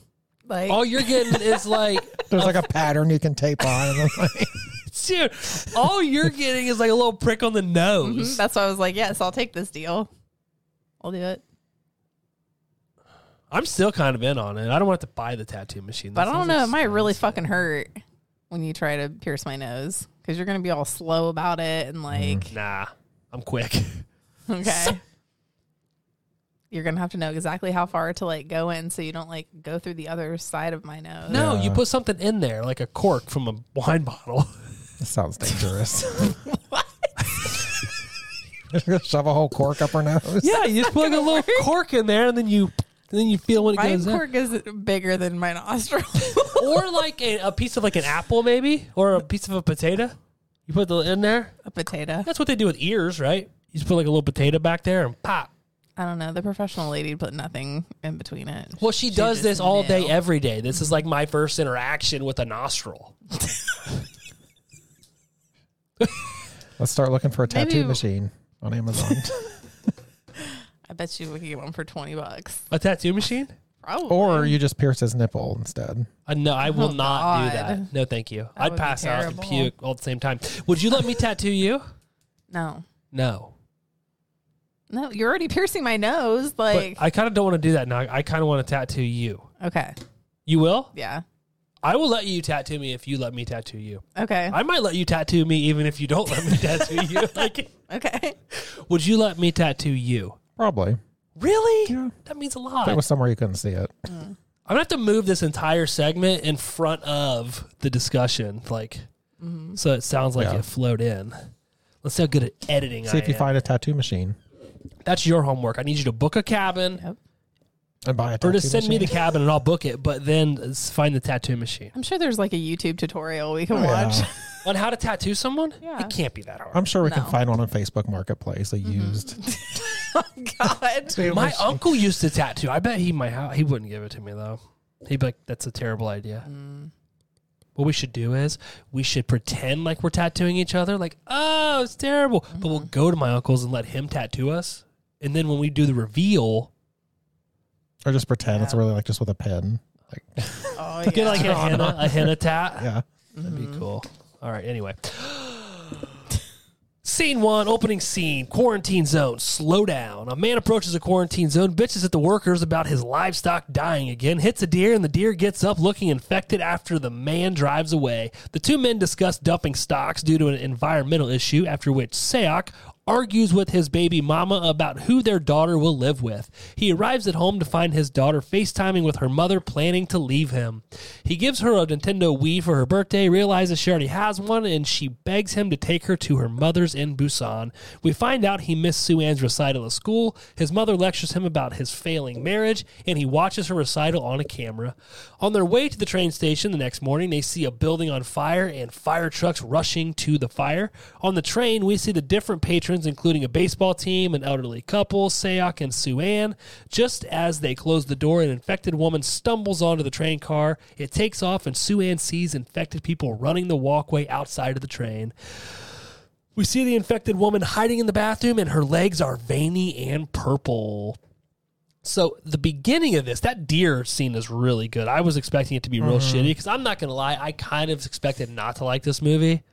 Speaker 3: Like
Speaker 2: All you're getting is like, *laughs*
Speaker 6: There's like a pattern you can tape on. And then, like, *laughs*
Speaker 2: dude, all you're getting is like a little prick on the nose.
Speaker 3: Mhm. That's why I was like, yes, I'll take this deal. I'll do it.
Speaker 2: I'm still kind of in on it. I don't want to buy the tattoo machine.
Speaker 3: But
Speaker 2: That
Speaker 3: I don't
Speaker 2: sounds
Speaker 3: know. It might really
Speaker 2: expensive.
Speaker 3: fucking hurt when you try to pierce my nose because you're going to be all slow about it and like,
Speaker 2: Nah, I'm quick. *laughs*
Speaker 3: *laughs* okay. You're going to have to know exactly how far to like go in so you don't like go through the other side of my nose.
Speaker 2: No, you
Speaker 6: Yeah.
Speaker 2: put something in there like a cork from a wine bottle. *laughs*
Speaker 6: That sounds dangerous. *laughs* You're gonna shove a whole cork up her nose.
Speaker 2: yeah, you just put like a
Speaker 3: *laughs*
Speaker 2: little cork in there, and then you and then you feel when it
Speaker 3: My
Speaker 2: goes in.
Speaker 3: cork is bigger than my *laughs* nostril.
Speaker 2: or like a, a piece of like an apple maybe, or a piece of a potato. You put the in there.
Speaker 3: a potato.
Speaker 2: That's what they do with ears, right? You just put like a little potato back there and pop.
Speaker 3: I don't know. The professional lady put nothing in between it.
Speaker 2: Well, she, does
Speaker 3: just
Speaker 2: this all day,
Speaker 3: knew.
Speaker 2: every day. This is like my first interaction with a nostril.
Speaker 6: Let's start looking for a tattoo
Speaker 3: Maybe-
Speaker 6: machine on Amazon.
Speaker 3: I bet you we could get one for 20 bucks.
Speaker 2: A tattoo machine?
Speaker 3: Probably.
Speaker 6: or you just pierce his nipple instead.
Speaker 2: Uh, no, I will
Speaker 3: Oh,
Speaker 2: not do
Speaker 3: God.
Speaker 2: that. No, thank you.
Speaker 3: would
Speaker 2: I'd
Speaker 3: be
Speaker 2: pass out and
Speaker 3: terrible.
Speaker 2: puke all at the same time. Would you let me tattoo *laughs* you?
Speaker 3: No.
Speaker 2: No.
Speaker 3: No, you're already piercing my nose. Like,
Speaker 2: but I kind of don't want to do that now. I kind of want to tattoo you.
Speaker 3: okay.
Speaker 2: You will?
Speaker 3: Yeah.
Speaker 2: I will let you tattoo me if you let me tattoo you.
Speaker 3: Okay.
Speaker 2: I might let you tattoo me even if you don't
Speaker 3: *laughs*
Speaker 2: let me tattoo you. Like,
Speaker 3: okay. *laughs*
Speaker 2: would you let me tattoo you?
Speaker 6: Probably.
Speaker 2: Really?
Speaker 6: Yeah.
Speaker 2: That means a
Speaker 6: If it
Speaker 2: lot.
Speaker 6: was somewhere you couldn't see it.
Speaker 2: I'm gonna have to move this entire segment in front of the discussion, like,
Speaker 3: Mm-hmm.
Speaker 2: so it sounds like
Speaker 6: Yeah.
Speaker 2: it flowed in. Let's see how good at editing
Speaker 6: See
Speaker 2: I
Speaker 6: if you
Speaker 2: am.
Speaker 6: find a tattoo machine
Speaker 2: That's your homework. I need you to book a cabin,
Speaker 3: Yep.
Speaker 6: and buy a tattoo
Speaker 2: or just send me
Speaker 6: machine.
Speaker 2: the cabin and I'll book it. But then s- find the tattoo machine
Speaker 3: I'm sure there's like a YouTube tutorial we can
Speaker 6: *laughs* Oh, yeah.
Speaker 3: watch.
Speaker 2: *laughs*
Speaker 3: *laughs*
Speaker 2: on how to tattoo someone.
Speaker 3: Yeah.
Speaker 2: It can't be that hard.
Speaker 6: I'm sure we can
Speaker 3: No.
Speaker 6: find one on Facebook Marketplace, a used.
Speaker 3: Oh, God.
Speaker 2: My uncle used to tattoo. I bet he might. Ha- he wouldn't give it to me though. He'd be like, "That's a terrible idea."
Speaker 3: Mm,
Speaker 2: What we should do is we should pretend like we're tattooing each other, like, "Oh, it's terrible," but we'll go to my uncle's and let him tattoo us, and then when we do the reveal,
Speaker 6: or just pretend it's really like just with a pen. Like,
Speaker 2: *laughs*
Speaker 3: Oh,
Speaker 2: get like a henna, a henna tat.
Speaker 6: yeah.
Speaker 2: That'd be cool. All right. Anyway, *gasps* Scene one, opening scene, quarantine zone, slow down. A man approaches a quarantine zone, bitches at the workers about his livestock dying again, hits a deer, and the deer gets up looking infected after the man drives away. The two men discuss dumping stocks due to an environmental issue, after which Seok argues with his baby mama about who their daughter will live with. He arrives at home to find his daughter FaceTiming with her mother planning to leave him. He gives her a Nintendo Wii for her birthday, realizes she already has one, and she begs him to take her to her mother's in Busan. We find out he missed Sue Ann's recital at school, his mother lectures him about his failing marriage, and he watches her recital on a camera. On their way to the train station the next morning, they see a building on fire and fire trucks rushing to the fire. On the train, we see the different patrons, including a baseball team, an elderly couple, Sayok and Sue Ann. Just as they close the door, an infected woman stumbles onto the train car. It takes off, and Sue Ann sees infected people running the walkway outside of the train. We see the infected woman hiding in the bathroom, and her legs are veiny and purple. So the beginning of this, that deer scene is really good. I was expecting it to be
Speaker 6: Mm-hmm.
Speaker 2: real shitty because I'm not gonna lie, I kind of expected not to like this movie.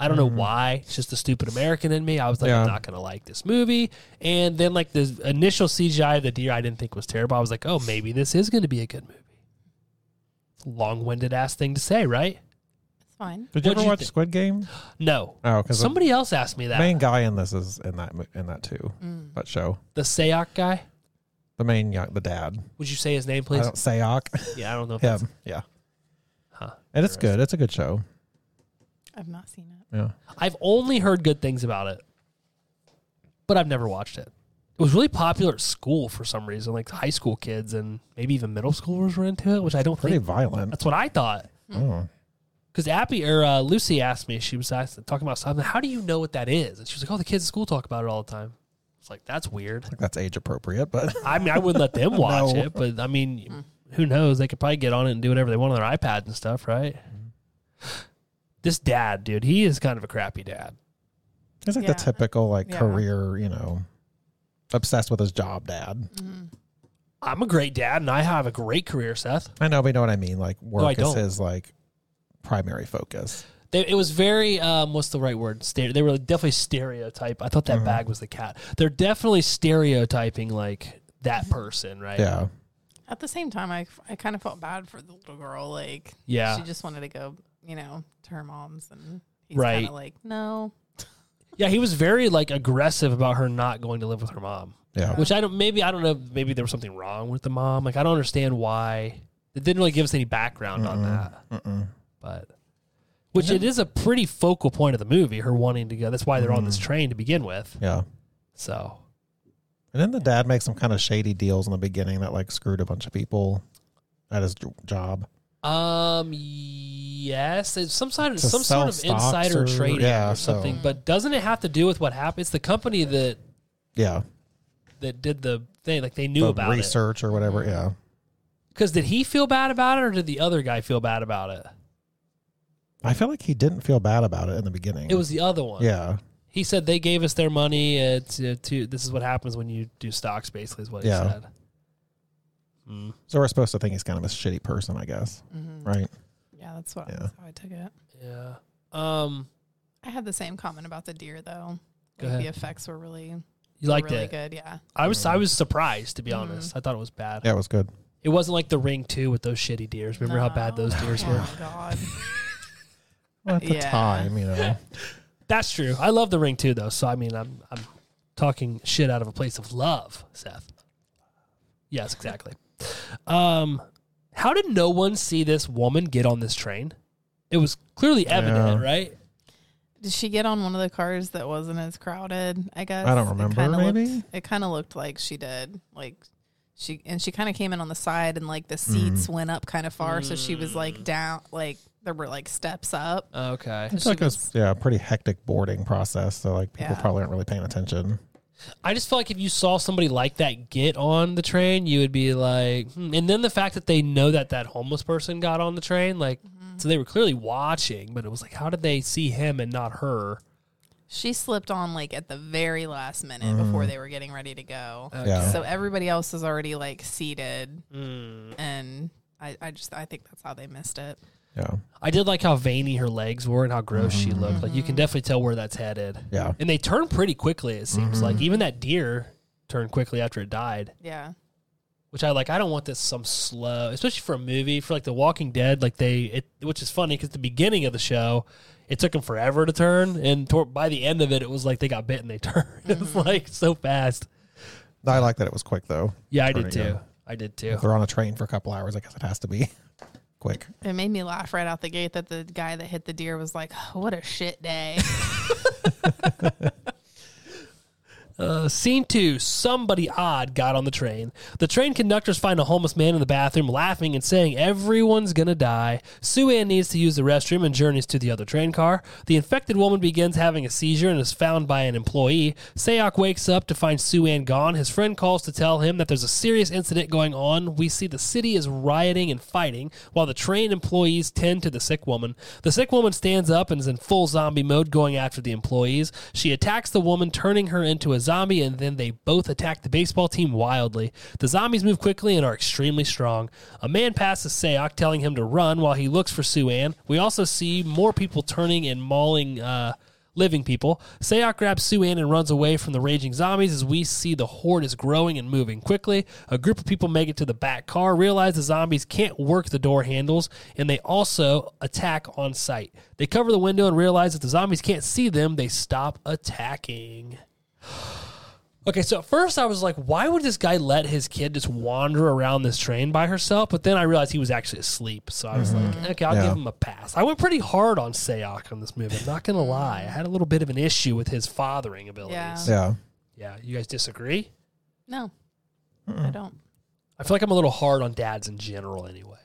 Speaker 2: I don't know why. It's just the stupid American in me. I was like,
Speaker 6: Mm-hmm. Yeah.
Speaker 2: I'm not gonna like this movie. And then like the initial CGI of the deer, I didn't think was terrible. I was like, oh, maybe this is gonna be a good movie. Long-winded ass thing to say, right?
Speaker 3: It's fine.
Speaker 6: Did you
Speaker 2: What'd
Speaker 6: ever
Speaker 2: you
Speaker 6: watch
Speaker 2: think?
Speaker 6: Squid Game?
Speaker 2: No.
Speaker 6: Oh, because the
Speaker 2: Somebody else asked me that.
Speaker 6: main guy in this is in that mo- in that too.
Speaker 3: Mm.
Speaker 6: That show.
Speaker 2: the Sayok guy.
Speaker 6: The main young, the dad.
Speaker 2: Would you say his name,
Speaker 6: I
Speaker 2: please? *laughs*
Speaker 6: don't Sayok.
Speaker 2: yeah, I don't know. If that's,
Speaker 6: Him. Yeah.
Speaker 2: huh.
Speaker 6: And it's good. It's a good show.
Speaker 3: I've not seen it.
Speaker 6: Yeah.
Speaker 2: I've only heard good things about it, but I've never watched it. It was really popular at school for some reason, like high school kids and maybe even middle schoolers were into it, which I don't
Speaker 6: Pretty
Speaker 2: think
Speaker 6: violent.
Speaker 2: that's what I thought.
Speaker 6: Oh.
Speaker 2: Because Appy or uh, Lucy asked me, she was asked, talking about something. How do you know what that is? And she was like, "Oh, the kids at school talk about it all the time." It's like that's weird.
Speaker 6: Like that's age appropriate, but *laughs*
Speaker 2: I mean, I wouldn't let them watch
Speaker 6: No.
Speaker 2: it, but I mean, who knows? They could probably get on it and do whatever they want on their iPad and stuff, right?
Speaker 6: Mm-hmm.
Speaker 2: This dad, dude, he is kind of a crappy dad.
Speaker 6: it's like
Speaker 3: Yeah.
Speaker 6: the typical like
Speaker 3: Yeah.
Speaker 6: career, you know, obsessed with his job dad.
Speaker 3: Mm-hmm.
Speaker 2: I'm a great dad and I have a great career, Seth.
Speaker 6: I know, but you know what I mean. Like
Speaker 2: I
Speaker 6: work is
Speaker 2: don't.
Speaker 6: his like primary focus.
Speaker 2: They, it was very, um, what's the right word? Stere- they were definitely stereotype. I thought
Speaker 6: Mm-hmm.
Speaker 2: that bag was the cat. They're definitely stereotyping like that person, right?
Speaker 6: Yeah.
Speaker 3: At the same time, I, I kind of felt bad for the little girl. Like,
Speaker 2: Yeah.
Speaker 3: she just wanted to go, you know, to her mom's, and he's
Speaker 2: Right.
Speaker 3: kind of like, no,
Speaker 2: Yeah, he was very like aggressive about her not going to live with her mom,
Speaker 6: Yeah.
Speaker 2: which I don't, maybe, I don't know, maybe there was something wrong with the mom. Like, I don't understand why. It didn't really give us any background on
Speaker 6: Mm-hmm.
Speaker 2: that.
Speaker 6: Mm-mm.
Speaker 2: but which it is a pretty focal point of the movie her wanting to go that's why they're on
Speaker 6: Mm.
Speaker 2: this train to begin with
Speaker 6: Yeah.
Speaker 2: so
Speaker 6: And then the dad makes some kind of shady deals in the beginning that like screwed a bunch of people at his j- job.
Speaker 2: um yes it's some sort of
Speaker 6: To
Speaker 2: some sort
Speaker 6: sell
Speaker 2: of
Speaker 6: stocks
Speaker 2: insider
Speaker 6: or-
Speaker 2: trading
Speaker 6: yeah,
Speaker 2: or something
Speaker 6: so-
Speaker 2: but doesn't it have to do with what happened it's the company that
Speaker 6: Yeah.
Speaker 2: that did the thing like they knew
Speaker 6: The
Speaker 2: about it Mm-hmm.
Speaker 6: research or whatever. Yeah.
Speaker 2: because did he feel bad about it or did the other guy feel bad about it
Speaker 6: I feel like he didn't feel bad about it in the beginning.
Speaker 2: it was the other one
Speaker 6: Yeah.
Speaker 2: he said they gave us their money uh, to, to this is what happens when you do stocks basically is what he
Speaker 6: Yeah.
Speaker 2: said Mm.
Speaker 6: So we're supposed to think he's kind of a shitty person, I guess.
Speaker 2: Mm-hmm.
Speaker 6: Right.
Speaker 3: Mm-hmm. yeah, that's what
Speaker 6: Yeah.
Speaker 3: that's how I took it.
Speaker 2: yeah um
Speaker 3: I had the same comment about the deer though.
Speaker 2: Go
Speaker 3: Like,
Speaker 2: ahead.
Speaker 3: The effects were really,
Speaker 2: You liked
Speaker 3: really Hmm.
Speaker 2: it.
Speaker 3: good. Yeah,
Speaker 2: I was I was surprised to be honest. I thought it was bad.
Speaker 6: Yeah, it was good.
Speaker 2: It wasn't like the ring two with those shitty deers. Remember how bad those
Speaker 3: No.
Speaker 2: deers
Speaker 3: oh
Speaker 2: were?
Speaker 3: my god,
Speaker 6: Well, at the
Speaker 3: Yeah. *laughs*
Speaker 6: time, you know.
Speaker 2: That's true. I love the ring two though. So I mean, I'm I'm talking shit out of a place of love, Seth. Yes, exactly. um, how did no one see this woman get on this train? It was clearly evident,
Speaker 6: Yeah.
Speaker 2: right?
Speaker 3: did she get on one of the cars that wasn't as crowded? I guess
Speaker 6: I don't remember,
Speaker 3: It kinda
Speaker 6: maybe?
Speaker 3: looked, it kind of looked like she did. Like she and she kind of came in on the side, and like the
Speaker 6: Mm-hmm.
Speaker 3: seats went up kind of far, so she was like down. Like there were like steps up.
Speaker 2: Okay.
Speaker 6: It's like a s- yeah, pretty hectic boarding process. So like people
Speaker 3: Yeah.
Speaker 6: probably aren't really paying attention.
Speaker 2: I just feel like if you saw somebody like that get on the train, you would be like, hmm. and then the fact that they know that that homeless person got on the train, like, so they were clearly watching, but it was like, how did they see him and not her?
Speaker 3: She slipped on like at the very last minute
Speaker 6: Mm.
Speaker 3: before they were getting ready to go.
Speaker 6: Yeah.
Speaker 3: So everybody else is already like seated, and I, I just I think that's how they missed it.
Speaker 6: Yeah.
Speaker 2: I did like how veiny her legs were and how gross she looked. Like you can definitely tell where that's headed.
Speaker 6: Yeah.
Speaker 2: And they turn pretty quickly. It seems like even that deer turned quickly after it died,
Speaker 3: Yeah.
Speaker 2: which I like. I don't want this some slow, especially for a movie for like The Walking Dead. Like they, it, which is funny because the beginning of the show, it took them forever to turn, and tor- by the end of it, it was like they got bit and they *laughs* turned. It was like so fast.
Speaker 6: I like that it was quick though.
Speaker 2: Yeah, I did
Speaker 6: Turning
Speaker 2: too.
Speaker 6: on.
Speaker 2: I did too.
Speaker 6: If they're on a train for a couple hours, I guess it has to be *laughs* quick.
Speaker 3: It made me laugh right out the gate that the guy that hit the deer was like, "Oh, "What a shit
Speaker 6: *laughs*
Speaker 3: day."
Speaker 2: Uh, scene two somebody odd got on the train. The train conductors find a homeless man in the bathroom laughing and saying everyone's gonna die. Sue Ann needs to use the restroom and journeys to the other train car. The infected woman begins having a seizure and is found by an employee. Sayok wakes up to find Sue Ann gone. His friend calls to tell him that there's a serious incident going on. We see the city is rioting and fighting while the train employees tend to the sick woman. The sick woman stands up and is in full zombie mode going after the employees. She attacks the woman, turning her into a zombie, and then they both attack the baseball team wildly. The zombies move quickly and are extremely strong. A man passes Sayok, telling him to run while he looks for Sue Ann. We also see more people turning and mauling uh, living people. Sayok grabs Sue Ann and runs away from the raging zombies as we see the horde is growing and moving quickly. A group of people make it to the back car, realize the zombies can't work the door handles, and they also attack on sight. They cover the window and realize that the zombies can't see them. They stop attacking. Okay, so at first I was like, why would this guy let his kid just wander around this train by herself? But then I realized he was actually asleep. So I was like, okay, I'll
Speaker 6: Mm-hmm. Yeah.
Speaker 2: give him a pass. I went pretty hard on Sayok on this movie. I'm not going to lie. I had a little bit of an issue with his fathering abilities.
Speaker 3: Yeah.
Speaker 6: Yeah.
Speaker 2: Yeah, you guys disagree?
Speaker 3: No, I don't.
Speaker 2: I feel like I'm a little hard on dads in general anyway.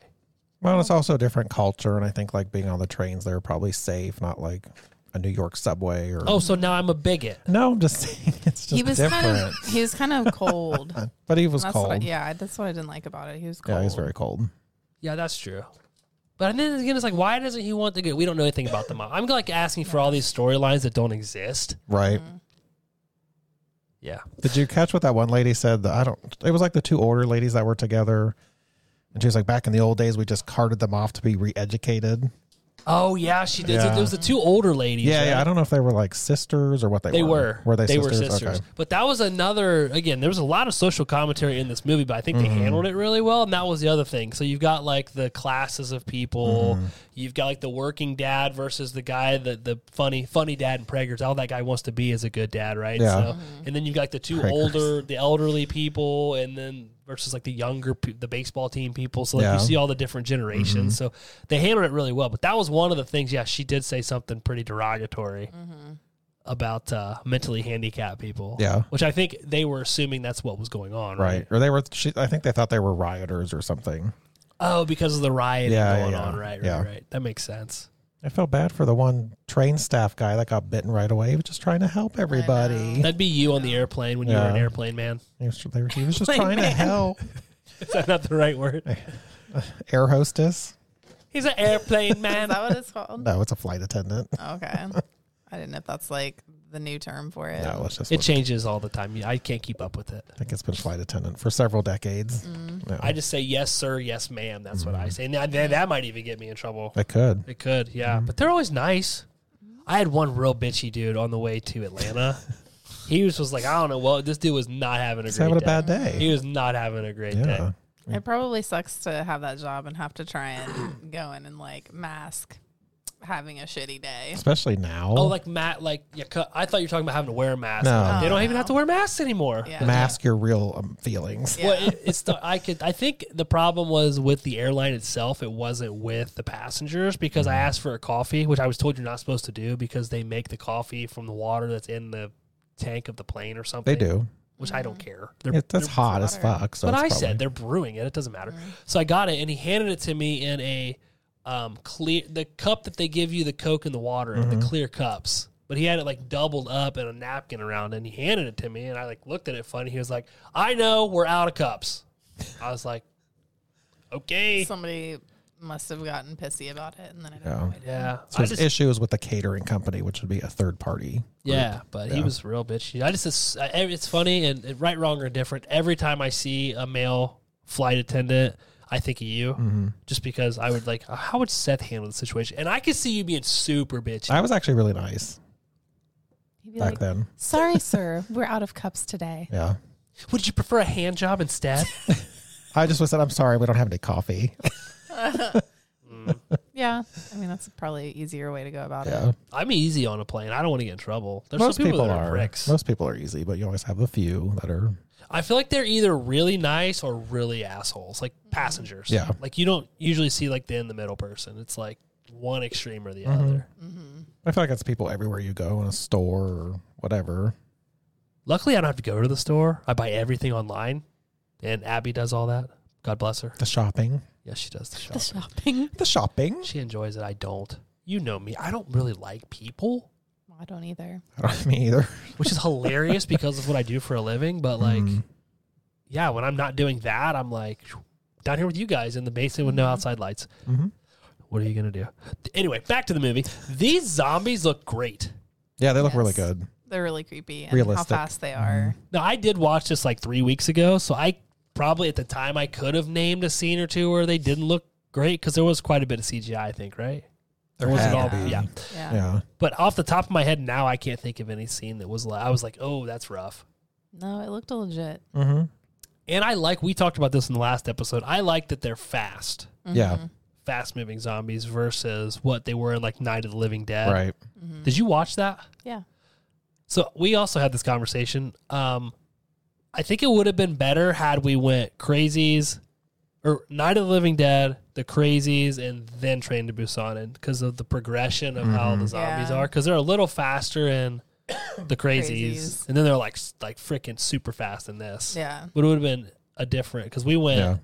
Speaker 6: Well, it's also a different culture, and I think like being on the trains, they're probably safe, not like a New York subway or.
Speaker 2: Oh, so now I'm a bigot.
Speaker 6: no, I'm just saying *laughs* it's just
Speaker 3: he was
Speaker 6: different.
Speaker 3: kind of he was kind of
Speaker 6: *laughs*
Speaker 3: cold.
Speaker 6: but he was
Speaker 3: that's
Speaker 6: cold.
Speaker 3: What I,
Speaker 6: yeah,
Speaker 3: yeah, that's what I didn't like about it. He was cold.
Speaker 6: he was very cold.
Speaker 2: Yeah, that's true. But then again, it's like, why doesn't he want the good? We don't know anything about the mom. I'm like asking for all these storylines that don't exist.
Speaker 6: Right.
Speaker 3: Mm-hmm.
Speaker 2: Yeah.
Speaker 6: Did you catch what that one lady said? That I don't. It was like the two older ladies that were together, and she was like, "Back in the old days, we just carted them off to be re-educated."
Speaker 2: Oh yeah, she did.
Speaker 6: Yeah.
Speaker 2: It was the two older ladies.
Speaker 6: Yeah,
Speaker 2: right?
Speaker 6: yeah. I don't know if they were like sisters or what they,
Speaker 2: They
Speaker 6: were.
Speaker 2: were.
Speaker 6: they, sisters?
Speaker 2: were sisters.
Speaker 6: Okay.
Speaker 2: But that was another. Again, there was a lot of social commentary in this movie, but I think
Speaker 6: Mm-hmm.
Speaker 2: they handled it really well. And that was the other thing. So you've got like the classes of people.
Speaker 6: Mm-hmm.
Speaker 2: You've got like the working dad versus the guy that the funny, funny dad and Preggers. All that guy wants to be is a good dad, right?
Speaker 6: Yeah.
Speaker 2: So, and then you've got the two
Speaker 6: Preggers.
Speaker 2: older, the elderly people, and then versus like the younger, pe- the baseball team people. So like
Speaker 6: Yeah. Mm-hmm.
Speaker 2: you see all the different generations. So they handled it really well. But that was one of the things. Yeah, she did say something pretty derogatory about uh, mentally handicapped people.
Speaker 6: Yeah.
Speaker 2: Which I think they were assuming that's what was going on, right?
Speaker 6: Right. Or they were. She, I think they thought they were rioters or something.
Speaker 2: Oh, because of the rioting
Speaker 6: Yeah,
Speaker 2: going
Speaker 6: yeah,
Speaker 2: on, right? Right,
Speaker 6: yeah.
Speaker 2: right. That makes sense.
Speaker 6: I felt bad for the one train staff guy that got bitten right away. He was just trying to help everybody.
Speaker 2: That'd be you on the airplane when you were an
Speaker 6: Yeah.
Speaker 2: airplane man. *laughs*
Speaker 6: He was, they were-
Speaker 3: *laughs*
Speaker 6: he was just trying to help.
Speaker 2: Is that not the right word?
Speaker 6: Air hostess?
Speaker 2: He's an airplane
Speaker 3: Is
Speaker 2: man. *laughs*
Speaker 3: that what it's
Speaker 6: *laughs*
Speaker 3: called?
Speaker 6: No, it's a flight attendant.
Speaker 3: Okay, I didn't know if that's like the new term for it.
Speaker 6: No, it's just.
Speaker 2: it changes all the time. Yeah, I can't keep up with it.
Speaker 6: I think it's been flight attendant for several decades. No,
Speaker 2: Mm-hmm. I just say yes, sir, yes, ma'am. That's
Speaker 6: Mm-hmm.
Speaker 2: what I say. And that, that might even get me in trouble.
Speaker 6: I could.
Speaker 2: It could, yeah.
Speaker 6: Mm-hmm.
Speaker 2: But they're always nice. I had one real bitchy dude on the way to
Speaker 6: *laughs*
Speaker 2: Atlanta. he was just like, I don't know. Well, this dude was not having a
Speaker 6: He's
Speaker 2: great
Speaker 6: having a
Speaker 2: day.
Speaker 6: bad
Speaker 2: He
Speaker 6: day.
Speaker 2: was not having a great day.
Speaker 6: Yeah.
Speaker 3: It probably sucks to have that job and have to try and *coughs* go in and like mask having a shitty day.
Speaker 6: Especially now.
Speaker 2: Oh, like Matt, like yeah, cu- I thought you were talking about having to wear a mask.
Speaker 6: No.
Speaker 2: Like, they don't
Speaker 3: Oh,
Speaker 2: even
Speaker 3: no.
Speaker 2: have to wear masks anymore.
Speaker 3: Yeah.
Speaker 6: Mask your real um, feelings.
Speaker 3: Yeah.
Speaker 2: Well, it, it's the I could I think the problem was with the airline itself. It wasn't with the passengers because
Speaker 6: Mm-hmm.
Speaker 2: I asked for a coffee, which I was told you're not supposed to do because they make the coffee from the water that's in the tank of the plane or something.
Speaker 6: They do.
Speaker 2: which I don't care. They're,
Speaker 6: It, that's
Speaker 2: they're-
Speaker 6: hot as fuck. So
Speaker 2: but I
Speaker 6: it's
Speaker 2: said
Speaker 6: probably-
Speaker 2: they're brewing it. It doesn't matter. So I got it, and he handed it to me in a um, clear the cup that they give you the Coke and the water
Speaker 6: Mm-hmm.
Speaker 2: in, the clear cups. But he had it like doubled up and a napkin around, and he handed it to me, and I like looked at it funny. He was like, "I know we're out of cups." I was like, "Okay,
Speaker 3: Somebody must have gotten pissy about it, and then I don't
Speaker 6: Yeah.
Speaker 3: know. What
Speaker 2: yeah."
Speaker 6: So
Speaker 2: I
Speaker 6: his
Speaker 2: just,
Speaker 6: issue is with the catering company, which would be a third party.
Speaker 2: Yeah, but he
Speaker 6: Yeah.
Speaker 2: was real bitchy. I just it's, I- it's funny and and right, wrong, or different. Every time I see a male flight attendant, I think of you
Speaker 6: Mm-hmm.
Speaker 2: just because I would like, how would Seth handle the situation? And I could see you being super bitchy.
Speaker 6: I was actually really nice
Speaker 3: He'd be
Speaker 6: back
Speaker 3: like,
Speaker 6: then.
Speaker 3: Sorry, sir, we're out of cups today.
Speaker 6: Yeah.
Speaker 2: would you prefer a hand job
Speaker 6: *laughs*
Speaker 2: instead?
Speaker 6: I just was said, I'm sorry, we don't have
Speaker 2: *laughs*
Speaker 6: any coffee.
Speaker 3: Yeah, I mean that's probably an easier way to go about
Speaker 6: Yeah.
Speaker 3: it.
Speaker 2: I'm easy on a plane. I don't want to get in trouble. There's
Speaker 6: Most
Speaker 2: some people,
Speaker 6: people,
Speaker 2: that are,
Speaker 6: are.
Speaker 2: pricks.
Speaker 6: Most people are easy, but you always have the few that are.
Speaker 2: I feel like they're either really nice or really assholes, like passengers.
Speaker 6: Yeah.
Speaker 2: Like you don't usually see like the in the middle person. It's like one extreme or the
Speaker 6: Mm-hmm.
Speaker 2: other.
Speaker 3: Mm-hmm.
Speaker 6: I feel like that's people everywhere you go in a store or whatever.
Speaker 2: Luckily, I don't have to go to the store. I buy everything online, and Abby does all that. God bless her.
Speaker 6: The shopping.
Speaker 2: Yes, she does the shopping.
Speaker 3: shopping.
Speaker 6: The shopping.
Speaker 2: She enjoys it. I don't. You know me. I don't really like people,
Speaker 3: I don't either.
Speaker 6: I don't me either.
Speaker 2: which is hilarious because of what I do for a living. But like,
Speaker 6: Mm-hmm. Mm.
Speaker 2: yeah, when I'm not doing that, I'm like down here with you guys in the basement with no outside lights.
Speaker 6: Mhm.
Speaker 2: What are you gonna do? Anyway, back to the movie. These zombies look great.
Speaker 6: Yeah, they look really
Speaker 3: Yes.
Speaker 6: good.
Speaker 3: They're really creepy and
Speaker 6: Realistic.
Speaker 3: how fast they are.
Speaker 2: Now I did watch this like three weeks ago, so I probably at the time I could have named a scene or two where they didn't look great because there was quite a bit of CGI. I think right.
Speaker 6: There
Speaker 2: wasn't
Speaker 6: had
Speaker 2: all
Speaker 6: to be.
Speaker 2: yeah.
Speaker 3: Yeah.
Speaker 6: Mm-hmm. Yeah.
Speaker 2: But off the top of my head now, I can't think of any scene that was like I was like, oh, that's rough.
Speaker 3: No, it looked legit.
Speaker 6: Mm-hmm.
Speaker 2: And I like we talked about this in the last episode. I like that they're fast,
Speaker 3: Mm-hmm.
Speaker 6: Yeah.
Speaker 2: fast moving zombies versus what they were in like Night of the Living Dead.
Speaker 6: Right.
Speaker 3: Mm-hmm.
Speaker 2: Did you watch that?
Speaker 3: Yeah.
Speaker 2: So we also had this conversation. Um, I think it would have been better had we went Crazies or Night of the Living Dead, the Crazies, and then Train to Busan because of the progression of
Speaker 6: Mm-hmm.
Speaker 2: how the zombies
Speaker 3: Yeah.
Speaker 2: are. Because they're a little faster
Speaker 3: *coughs*
Speaker 2: in the crazies,
Speaker 3: Crazies.
Speaker 2: and then they're like s- like freaking super fast in this.
Speaker 3: Yeah.
Speaker 2: But it would have been a different because we went
Speaker 6: Yeah.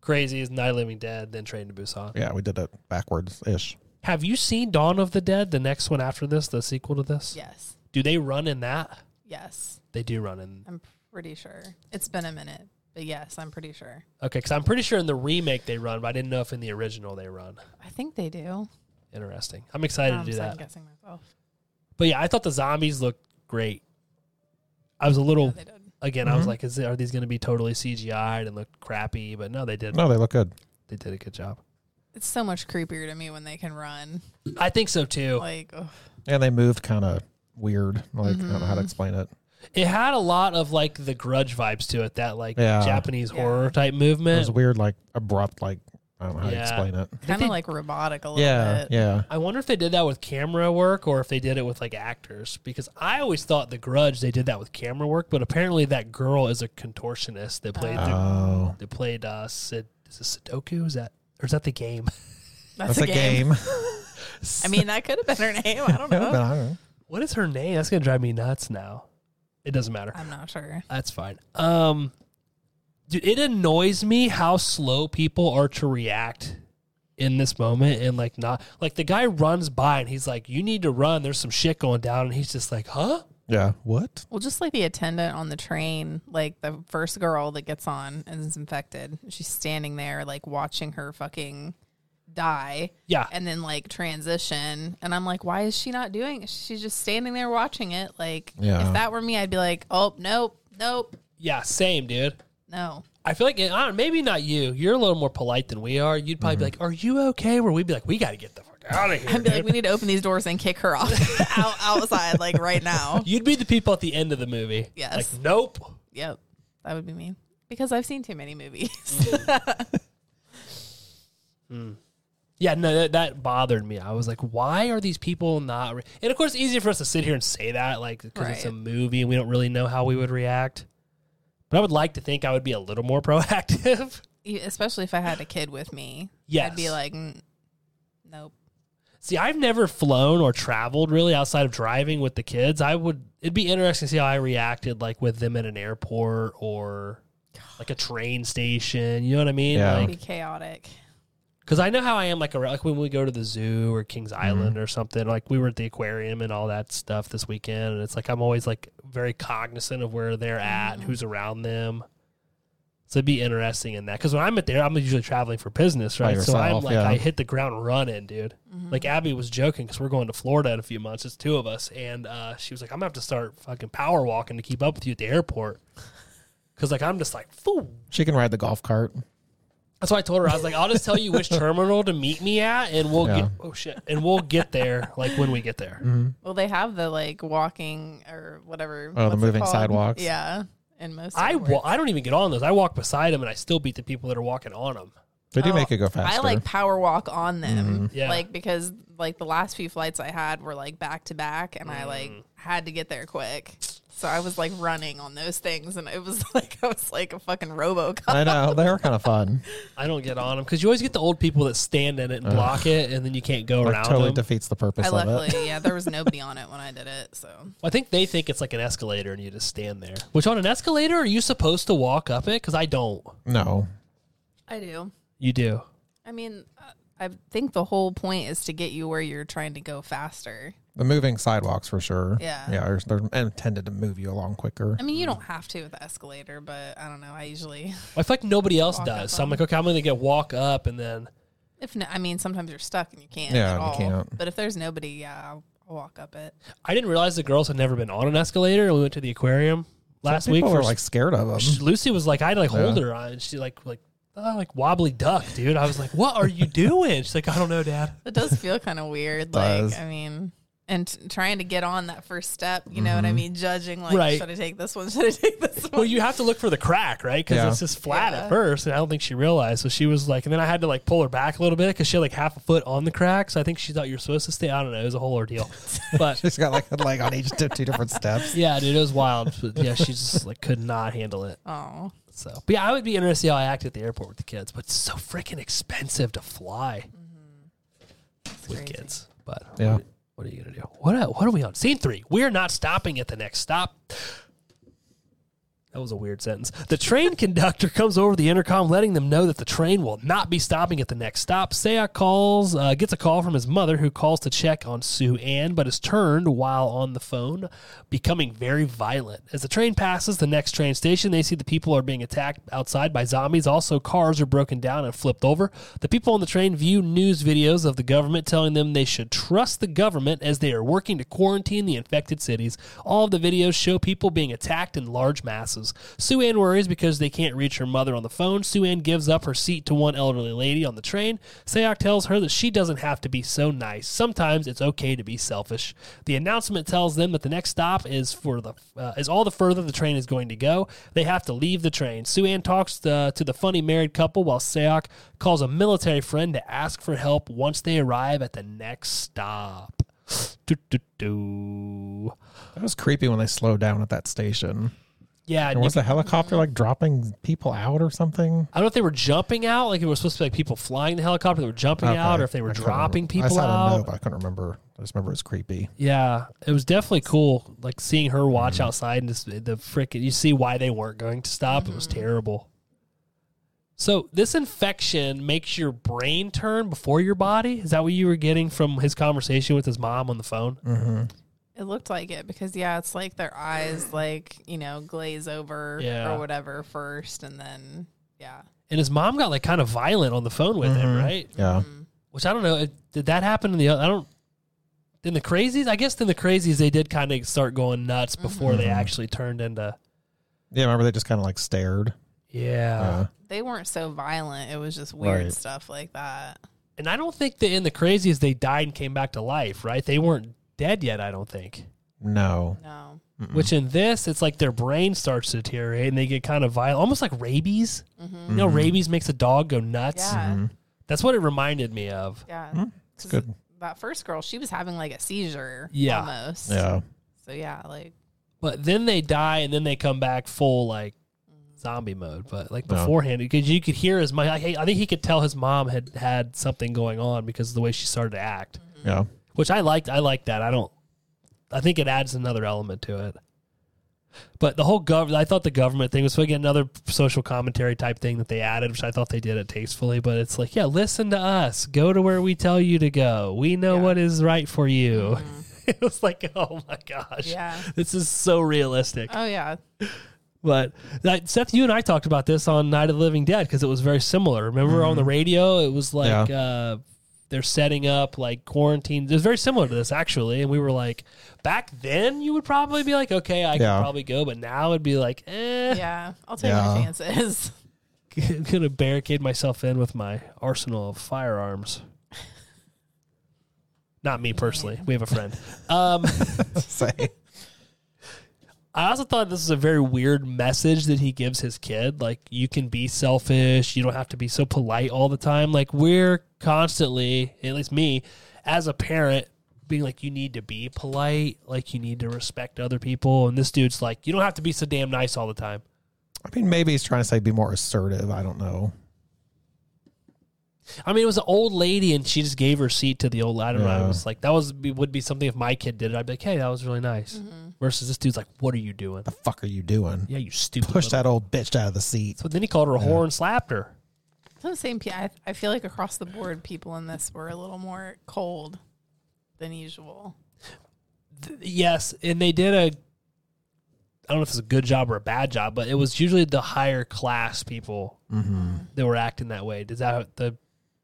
Speaker 2: Crazies, Night of the Living Dead, then Train to Busan.
Speaker 6: Yeah. We did it backwards ish.
Speaker 2: Have you seen Dawn of the Dead, the next one after this, the sequel to this?
Speaker 3: Yes.
Speaker 2: Do they run in that?
Speaker 3: Yes.
Speaker 2: They do run in.
Speaker 3: I'm pretty sure. It's been a minute, but yes, I'm pretty sure.
Speaker 2: Okay, because I'm pretty sure in the remake they run, but I didn't know if in the original they run.
Speaker 3: I think they do.
Speaker 2: Interesting. I'm excited
Speaker 3: I'm
Speaker 2: to do that.
Speaker 3: Um, second guessing myself.
Speaker 2: But yeah, I thought the zombies looked great. I was a
Speaker 3: No,
Speaker 2: little
Speaker 3: they did.
Speaker 2: again.
Speaker 6: Mm-hmm.
Speaker 2: I was like, is are these going to be totally CGI'd and look crappy? But no, they did.
Speaker 6: No, they look good.
Speaker 2: They did a good job.
Speaker 3: It's so much creepier to me when they can run.
Speaker 2: I think so too.
Speaker 3: Like, ugh.
Speaker 6: And they moved kind of weird. Like, I don't know how to
Speaker 3: Mm-hmm.
Speaker 6: explain it.
Speaker 2: It had a lot of like the Grudge vibes to it, that like
Speaker 6: Yeah.
Speaker 2: Japanese
Speaker 3: Yeah.
Speaker 2: horror type
Speaker 6: It
Speaker 2: movement.
Speaker 6: was weird, like abrupt, like, I don't know how
Speaker 2: Yeah.
Speaker 6: to explain it.
Speaker 3: kind
Speaker 2: they-
Speaker 3: of like robotic a little
Speaker 6: Yeah.
Speaker 3: bit.
Speaker 6: Yeah.
Speaker 2: I wonder if they did that with camera work or if they did it with like actors because I always thought the Grudge they did that with camera work, but apparently that girl is a contortionist that played the
Speaker 6: Oh.
Speaker 2: They played uh Sid is it Sudoku? Is that or is that the game? *laughs*
Speaker 3: That's, a, game. *laughs*
Speaker 6: game. *laughs*
Speaker 3: I mean, that could have been her name. I don't
Speaker 6: Yeah, but
Speaker 3: know.
Speaker 6: I don't know.
Speaker 2: What is her name? That's gonna drive me nuts now. It doesn't matter.
Speaker 3: I'm not sure.
Speaker 2: That's fine. Um dude, it annoys me how slow people are to react in this moment and like not like the guy runs by and he's like, You need to run, there's some shit going down and he's just like, Huh?
Speaker 6: Yeah. What?
Speaker 3: Well, just like the attendant on the train, like the first girl that gets on and is infected, she's standing there, like watching her fucking die
Speaker 2: Yeah.
Speaker 3: and then like transition. And I'm like, why is she not doing it? She's just standing there watching it. Like,
Speaker 6: Yeah.
Speaker 3: if that were me, I'd be like, oh, nope, nope,
Speaker 2: Yeah, same dude.
Speaker 3: no.
Speaker 2: I feel like I don't, maybe not you. You're a little more polite than we are. You'd probably be
Speaker 3: Mm-hmm.
Speaker 2: like, "Are you okay?" Where we'd be like, "We got to get the fuck out
Speaker 3: *laughs*
Speaker 2: of here."
Speaker 3: I'd be like, we need to open these doors and kick her off *laughs* out, outside, like right
Speaker 6: *laughs*
Speaker 3: now.
Speaker 2: You'd be the people at the end of the movie.
Speaker 3: Yes.
Speaker 2: Like, nope.
Speaker 3: Yep, that would be me because I've seen too many movies. *laughs*
Speaker 2: Yeah, no, that, that bothered me. I was like, why are these people not? Re-? And of course, it's easier for us to sit here and say that, like, because it's a
Speaker 3: Right.
Speaker 2: movie and we don't really know how we would react. But I would like to think I would be a little more *laughs* proactive.
Speaker 3: E- especially if I had a kid with me. I'd be
Speaker 2: Yes.
Speaker 3: like, "Mm, nope.
Speaker 2: see, I've never flown or traveled really outside of driving with the kids. I would. It'd be interesting to see how I reacted, like with them at an airport or like a train station. You know what I mean?
Speaker 6: Yeah.
Speaker 2: Like,
Speaker 3: be chaotic.
Speaker 2: Because I know how I am, like around, like when we go to the zoo or Kings
Speaker 6: Mm-hmm.
Speaker 2: Island or something. Like we were at the aquarium and all that stuff this weekend, and it's like I'm always like very cognizant of where they're at, and
Speaker 6: Mm-hmm.
Speaker 2: who's around them. So it'd be interesting in that because when I'm at there, I'm usually traveling for business,
Speaker 6: By
Speaker 2: right? So I'm
Speaker 6: yourself,
Speaker 2: like
Speaker 6: yeah.
Speaker 2: I hit the ground running, dude. Like Abby was joking because we're going to Florida in a few months. It's two of us, and uh, she was like, "I'm gonna have to start fucking power walking to keep up with you at the airport." Because like I'm just like, "Fool,
Speaker 6: She can ride the golf cart.
Speaker 2: That's why I told her I was like, I'll just tell you
Speaker 6: *laughs*
Speaker 2: which terminal to meet me at, and we'll
Speaker 6: Yeah. Mm-hmm.
Speaker 2: get oh shit, and we'll get there like when we get there.
Speaker 3: Well, they have the like walking or whatever.
Speaker 6: Oh, the
Speaker 3: what's it
Speaker 6: moving
Speaker 3: called?
Speaker 6: sidewalks.
Speaker 3: Yeah, in most.
Speaker 2: I
Speaker 3: airports.
Speaker 2: wa- I don't even get on those. I walk beside them and I still beat the people that are walking on them.
Speaker 6: They do
Speaker 3: Oh,
Speaker 6: make it go faster. Mm-hmm.
Speaker 3: I like power walk on them.
Speaker 2: Yeah.
Speaker 3: Like because like the last few flights I had were like back to back and I like had to get there quick. So I was like running on those things and it was *laughs* like I was like a fucking RoboCop.
Speaker 6: I know they are kind of fun.
Speaker 2: I don't get on them because you always get the old people that stand in it and block it, and then you can't go
Speaker 6: Like
Speaker 2: around
Speaker 6: totally
Speaker 2: them.
Speaker 6: defeats the purpose
Speaker 3: I
Speaker 6: of it.
Speaker 3: luckily yeah, there was nobody on it when I did it. So
Speaker 2: I think they think it's like an escalator, and you just stand there. Which on an escalator, are you supposed to walk up it? Because I don't.
Speaker 6: No,
Speaker 3: I do.
Speaker 2: You do.
Speaker 3: I mean, uh, I think the whole point is to get you where you're trying to go faster.
Speaker 6: the moving sidewalks for sure.
Speaker 3: Yeah.
Speaker 6: yeah, they're, they're intended to move you along quicker.
Speaker 3: I mean, you don't have to with the escalator, but I don't know. I usually, *laughs*
Speaker 2: I feel like nobody else
Speaker 3: Walk
Speaker 2: does.
Speaker 3: up
Speaker 2: So I'm
Speaker 3: on
Speaker 2: like, okay, I'm gonna get walk up, and then
Speaker 3: if no, I mean, sometimes you're stuck and you can't.
Speaker 6: Yeah,
Speaker 3: at
Speaker 6: you
Speaker 3: all.
Speaker 6: can't.
Speaker 3: But if there's nobody, yeah, I'll, I'll walk up it.
Speaker 2: I didn't realize the girls had never been on an escalator. We went to the aquarium last
Speaker 6: Some
Speaker 2: week.
Speaker 6: people
Speaker 2: For
Speaker 6: are like scared of them. *laughs*
Speaker 2: she- Lucy was like, I had to like hold
Speaker 6: Mm-hmm. Yeah.
Speaker 2: her on, and she like like oh, like wobbly duck, dude. I was like, what are
Speaker 6: *laughs*
Speaker 2: you doing? She's like, I don't know, Dad.
Speaker 3: It does feel kind of weird. like,
Speaker 6: does.
Speaker 3: I mean, and t- trying to get on that first step, you know what I mean? Judging, like,
Speaker 2: Right.
Speaker 3: should I take this one? *laughs* Should I take this one?
Speaker 2: Well, you have to look for the crack, right? Because
Speaker 6: Yeah.
Speaker 2: it's just flat at
Speaker 3: Yeah.
Speaker 2: first, and I don't think she realized. So she was like, and then I had to like pull her back a little bit because she had like half a foot on the crack. So I think she thought you were supposed to stay. I don't know. It was a whole
Speaker 3: *laughs*
Speaker 2: ordeal, but
Speaker 6: She's got like a leg on each two, two
Speaker 2: *laughs*
Speaker 6: different steps.
Speaker 2: yeah, dude, it was wild. But yeah, she just like could not handle it.
Speaker 3: oh,
Speaker 2: So, but yeah, I would be interested to see how I act at the airport with the kids. But it's so freaking expensive to fly with
Speaker 3: Mm-hmm. crazy.
Speaker 2: kids. But
Speaker 6: Yeah.
Speaker 2: what, what are you gonna do? What are- what are we on? Scene three. We're not stopping at the next stop. That was a weird sentence. The train *laughs* conductor comes over the intercom, letting them know that the train will not be stopping at the next stop. Saya calls, uh, gets a call from his mother, who calls to check on Sue Ann, but is turned while on the phone, becoming very violent. As the train passes the next train station, they see the people are being attacked outside by zombies. Also, cars are broken down and flipped over. The people on the train view news videos of the government telling them they should trust the government as they are working to quarantine the infected cities. All of the videos show people being attacked in large masses. Sue Ann worries because they can't reach her mother on the phone. Sue Ann gives up her seat to one elderly lady on the train. Sayok tells her that she doesn't have to be so nice. Sometimes it's okay to be selfish. The announcement tells them that the next stop is for the uh, is all the further the train is going to go. They have to leave the train. Sue Ann talks to, to the funny married couple while Sayok calls a military friend to ask for help once they arrive at the next stop. *gasps* Do, do, do.
Speaker 6: That was creepy when they slowed down at that station.
Speaker 2: Yeah,
Speaker 6: And
Speaker 2: you
Speaker 6: was the helicopter like dropping people out or something?
Speaker 2: I don't know if they were jumping out, like it was supposed to be like people flying the helicopter that were jumping
Speaker 6: Okay.
Speaker 2: out, or if they were
Speaker 6: I couldn't
Speaker 2: dropping
Speaker 6: remember.
Speaker 2: people
Speaker 6: I saw
Speaker 2: out.
Speaker 6: a note, but I couldn't remember. I just remember it was creepy.
Speaker 2: Yeah, it was definitely cool, like seeing her
Speaker 6: Mm-hmm.
Speaker 2: watch outside and just the freaking. You see why they weren't going to stop. It was
Speaker 6: Mm-hmm.
Speaker 2: terrible. So this infection makes your brain turn before your body. Is that what you were getting from his conversation with his mom on the phone? Mm-hmm.
Speaker 3: It looked like it because yeah, it's like their eyes like, you know, glaze over
Speaker 2: Yeah.
Speaker 3: or whatever first and then yeah.
Speaker 2: And his mom got like kind of violent on the phone with
Speaker 6: Mm-hmm.
Speaker 2: him, right?
Speaker 6: Yeah.
Speaker 3: Mm.
Speaker 2: Which I don't know. It, did that happen in the? I don't. In the crazies, I guess. In the crazies, they did kind of start going nuts before they actually turned into.
Speaker 6: Yeah, remember they just kind of like stared.
Speaker 2: Yeah.
Speaker 6: Uh,
Speaker 3: They weren't so violent. It was just weird
Speaker 6: Right.
Speaker 3: stuff like that.
Speaker 2: And I don't think that in the crazies they died and came back to life, right? They weren't dead yet, I don't think.
Speaker 6: no.
Speaker 3: No.
Speaker 6: Mm.
Speaker 2: Which in this, it's like their brain starts to deteriorate and they get kind of violent, almost like rabies.
Speaker 3: Mm-hmm.
Speaker 2: You know, rabies makes a dog go nuts.
Speaker 6: Mm.
Speaker 3: Yeah.
Speaker 2: That's what it reminded me of.
Speaker 3: Yeah.
Speaker 6: It's
Speaker 3: 'Cause
Speaker 6: good.
Speaker 3: That first girl, she was having like a seizure
Speaker 2: Yeah.
Speaker 3: almost.
Speaker 6: Yeah. *laughs*
Speaker 3: So yeah, like
Speaker 2: But then they die and then they come back full like zombie mode. But like beforehand, because you could hear his mom. I I think he could tell his mom had had something going on because of the way she started to act,
Speaker 6: Yeah.
Speaker 2: which I liked. I like that. I don't. I think it adds another element to it. But the whole government, I thought the government thing was again another social commentary type thing that they added, which I thought they did it tastefully. But it's like, yeah, listen to us, go to where we tell you to go. We know
Speaker 3: Yeah. Mm-hmm.
Speaker 2: what is right for you. *laughs* it was like, oh my gosh,
Speaker 3: Yeah.
Speaker 2: this is so realistic.
Speaker 3: oh yeah.
Speaker 2: But that, Seth, you and I talked about this on Night of the Living Dead because it was very similar. Remember on the radio, it was like
Speaker 6: Mm-hmm. Yeah.
Speaker 2: uh, they're setting up like quarantine. It was very similar to this actually, and we were like, back then you would probably be like, okay, I
Speaker 6: Yeah.
Speaker 2: could probably go, but now it'd be like, eh,
Speaker 3: Yeah. I'll take
Speaker 6: Yeah.
Speaker 3: my chances. *laughs*
Speaker 2: I'm *laughs* gonna barricade myself in with my arsenal of firearms. *laughs* Not me personally. We have a friend. Um,
Speaker 6: Say,
Speaker 2: I also thought this is a very weird message that he gives his kid. Like, you can be selfish. You don't have to be so polite all the time. Like, we're constantly, at least me, as a parent, being like, you need to be polite. Like, you need to respect other people. And this dude's like, you don't have to be so damn nice all the time.
Speaker 6: I mean, maybe he's trying to say be more assertive. I don't know.
Speaker 2: I mean, it was an old lady, and she just gave her seat to the old lad, and I
Speaker 6: Yeah.
Speaker 2: was like, that was would be something if my kid did it. I'd be like, hey, that was really nice. Versus this dude's like, what are you doing?
Speaker 6: The fuck are you doing?
Speaker 2: Yeah, you stupid.
Speaker 6: Push
Speaker 2: little-
Speaker 6: that old bitch out of the seat.
Speaker 2: So then he called her a whore and slapped her.
Speaker 3: It's not the same. pe- I, I feel like across the board, people in this were a little more cold than usual.
Speaker 2: Yes, and they did a. I don't know if it's a good job or a bad job, but it was usually the higher class people that were acting that way. Does that the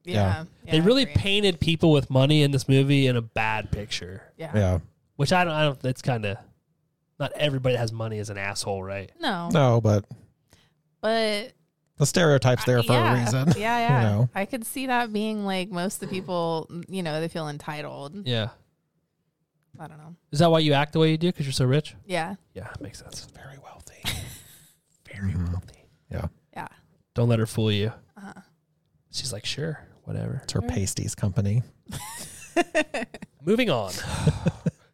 Speaker 3: Yeah,
Speaker 6: Yeah.
Speaker 3: yeah,
Speaker 2: they
Speaker 3: I
Speaker 2: really
Speaker 3: agree.
Speaker 2: painted people with money in this movie in a bad picture,
Speaker 3: Yeah.
Speaker 6: Yeah.
Speaker 2: which I don't. I don't. That's kind of not everybody that has money is an asshole, right?
Speaker 3: No,
Speaker 6: No, but
Speaker 3: but
Speaker 6: the stereotype's there for
Speaker 3: yeah, *laughs*
Speaker 6: a reason. *laughs*
Speaker 3: Yeah, yeah.
Speaker 6: know?
Speaker 3: I could see that being like most of the people. You know, they feel entitled.
Speaker 2: Yeah.
Speaker 3: I don't know.
Speaker 2: Is that why you act the way you do? Because you're so rich?
Speaker 3: Yeah,
Speaker 2: Yeah, makes sense.
Speaker 6: Very wealthy.
Speaker 2: Very wealthy.
Speaker 3: yeah. *laughs*
Speaker 2: Don't let her fool you.
Speaker 3: Uh-huh.
Speaker 2: She's like, sure, whatever.
Speaker 6: It's her pasties company.
Speaker 2: Moving on.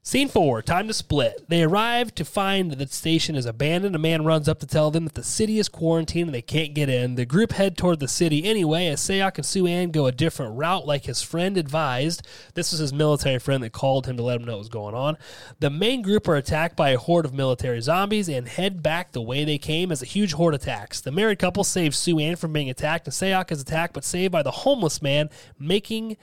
Speaker 2: Scene four, time to split. They arrive to find that the station is abandoned. A man runs up to tell them that the city is quarantined and they can't get in. The group head toward the city anyway, as Sayok and Sue Ann go a different route, like his friend advised. This was his military friend that called him to let him know what was going on. The main group are attacked by a horde of military zombies and head back the way they came as a huge horde attacks. The married couple saves Sue Ann from being attacked, and Sayok is attacked but saved by the homeless man, making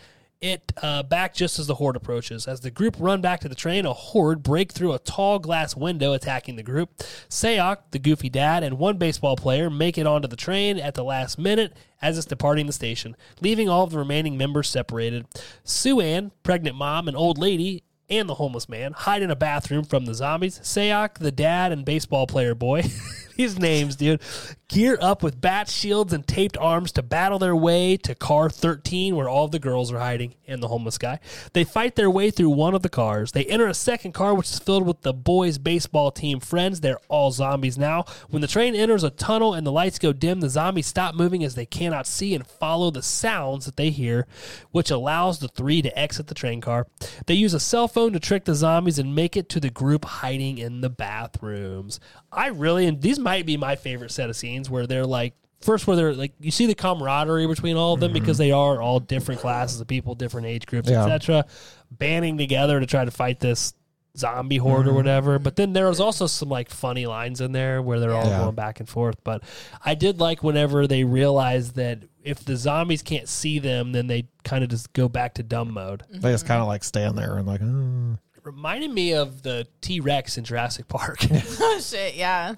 Speaker 2: it uh, back just as the horde approaches. As the group run back to the train, a horde break through a tall glass window, attacking the group. Sayok, the goofy dad, and one baseball player make it onto the train at the last minute as it's departing the station, leaving all of the remaining members separated. Sue Ann, pregnant mom, and old lady, and the homeless man hide in a bathroom from the zombies. Sayok, the dad and baseball player boy, *laughs* these names, dude, gear up with bat shields and taped arms to battle their way to car 13, where all the girls are hiding and the homeless guy. They fight their way through one of the cars. They enter a second car, which is filled with the boys' baseball team friends. They're all zombies now. When the train enters a tunnel and the lights go dim, the zombies stop moving as they cannot see and follow the sounds that they hear, which allows the three to exit the train car. They use a cell phone to trick the zombies and make it to the group hiding in the bathrooms. I really, and these might be my favorite set of scenes where they're like, First, where they're like, you see the camaraderie between all of them because they are all different classes of people, different age groups,
Speaker 6: Yeah.
Speaker 2: etc., banding together to try to fight this zombie horde or whatever. But then there was also some like funny lines in there where they're all
Speaker 6: Yeah.
Speaker 2: going back and forth. But I did like whenever they realized that if the zombies can't see them, then they kind of just go back to dumb mode.
Speaker 6: They
Speaker 3: Mm-hmm.
Speaker 6: just kind of like stand there and like, "Mm."
Speaker 2: Reminded me of the T Rex in Jurassic Park.
Speaker 6: *laughs*
Speaker 2: *laughs*
Speaker 3: Oh shit. Yeah,